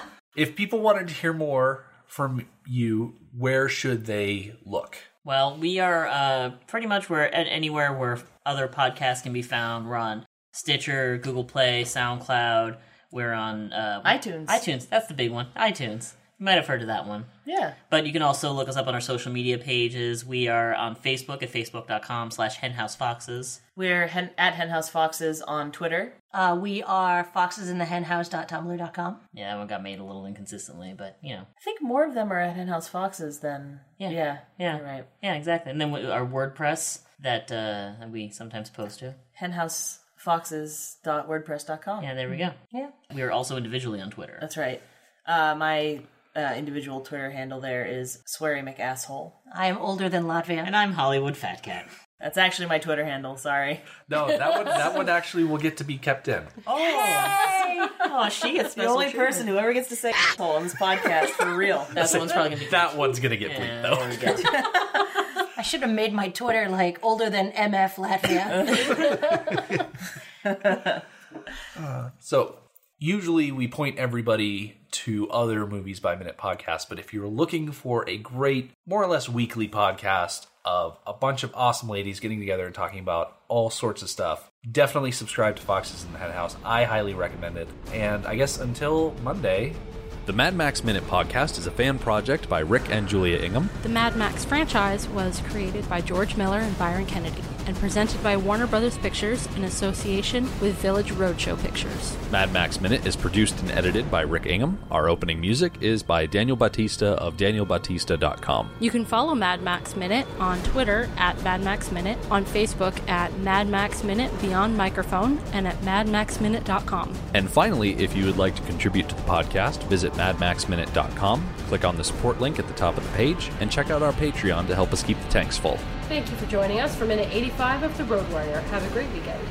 Speaker 1: if people wanted to hear more from you, where should they look?
Speaker 3: Well, we are uh, pretty much where at anywhere where other podcasts can be found. We're on Stitcher, Google Play, SoundCloud. We're on uh,
Speaker 4: iTunes.
Speaker 3: iTunes. That's the big one. iTunes. You might have heard of that one.
Speaker 4: Yeah.
Speaker 3: But you can also look us up on our social media pages. We are on Facebook at facebook.com slash henhousefoxes.
Speaker 4: We're hen- at Henhouse Foxes on Twitter.
Speaker 5: Uh, we are foxesinthehenhouse.tumblr.com.
Speaker 3: Yeah, that one got made a little inconsistently, but you know.
Speaker 4: I think more of them are at Henhouse Foxes than
Speaker 3: Yeah.
Speaker 4: yeah
Speaker 3: Yeah.
Speaker 4: you're right
Speaker 3: Yeah, exactly. And then we- our WordPress that uh, that we sometimes post to.
Speaker 4: henhousefoxes.wordpress.com.
Speaker 3: Yeah, there we go.
Speaker 5: Yeah.
Speaker 3: We are also individually on Twitter.
Speaker 4: That's right. Uh, my uh, individual Twitter handle there is sweary McAsshole.
Speaker 5: I am older than Latvia.
Speaker 3: And I'm Hollywood Fat Cat.
Speaker 4: That's actually my Twitter handle. Sorry.
Speaker 1: No, that one that one actually will get to be kept in.
Speaker 3: Oh, she gets
Speaker 4: The only person who ever gets to say asshole on this podcast for real.
Speaker 3: That one's probably gonna be.
Speaker 1: That one's gonna get bleeped though.
Speaker 5: I should have made my Twitter like older than MF Latvia.
Speaker 1: So usually we point everybody to other movies by minute podcasts, but if you're looking for a great, more or less weekly podcast of a bunch of awesome ladies getting together and talking about all sorts of stuff, definitely subscribe to Foxes in the Hen House. I highly recommend it. And I guess until Monday,
Speaker 6: The Mad Max Minute Podcast is a fan project by Rick and Julia Ingham.
Speaker 7: The Mad Max franchise was created by George Miller and Byron Kennedy and presented by Warner Brothers Pictures in association with Village Roadshow Pictures.
Speaker 6: Mad Max Minute is produced and edited by Rick Ingham. Our opening music is by Daniel Batista of danielbatista.com.
Speaker 7: You can follow Mad Max Minute on Twitter at Mad Max Minute, on Facebook at Mad Max Minute Beyond Microphone, and at madmaxminute.com.
Speaker 6: And finally, if you would like to contribute to the podcast, visit madmaxminute.com, click on the support link at the top of the page, and check out our Patreon to help us keep the tanks full.
Speaker 2: Thank you for joining us for minute 85 of The Road Warrior. Have a great weekend.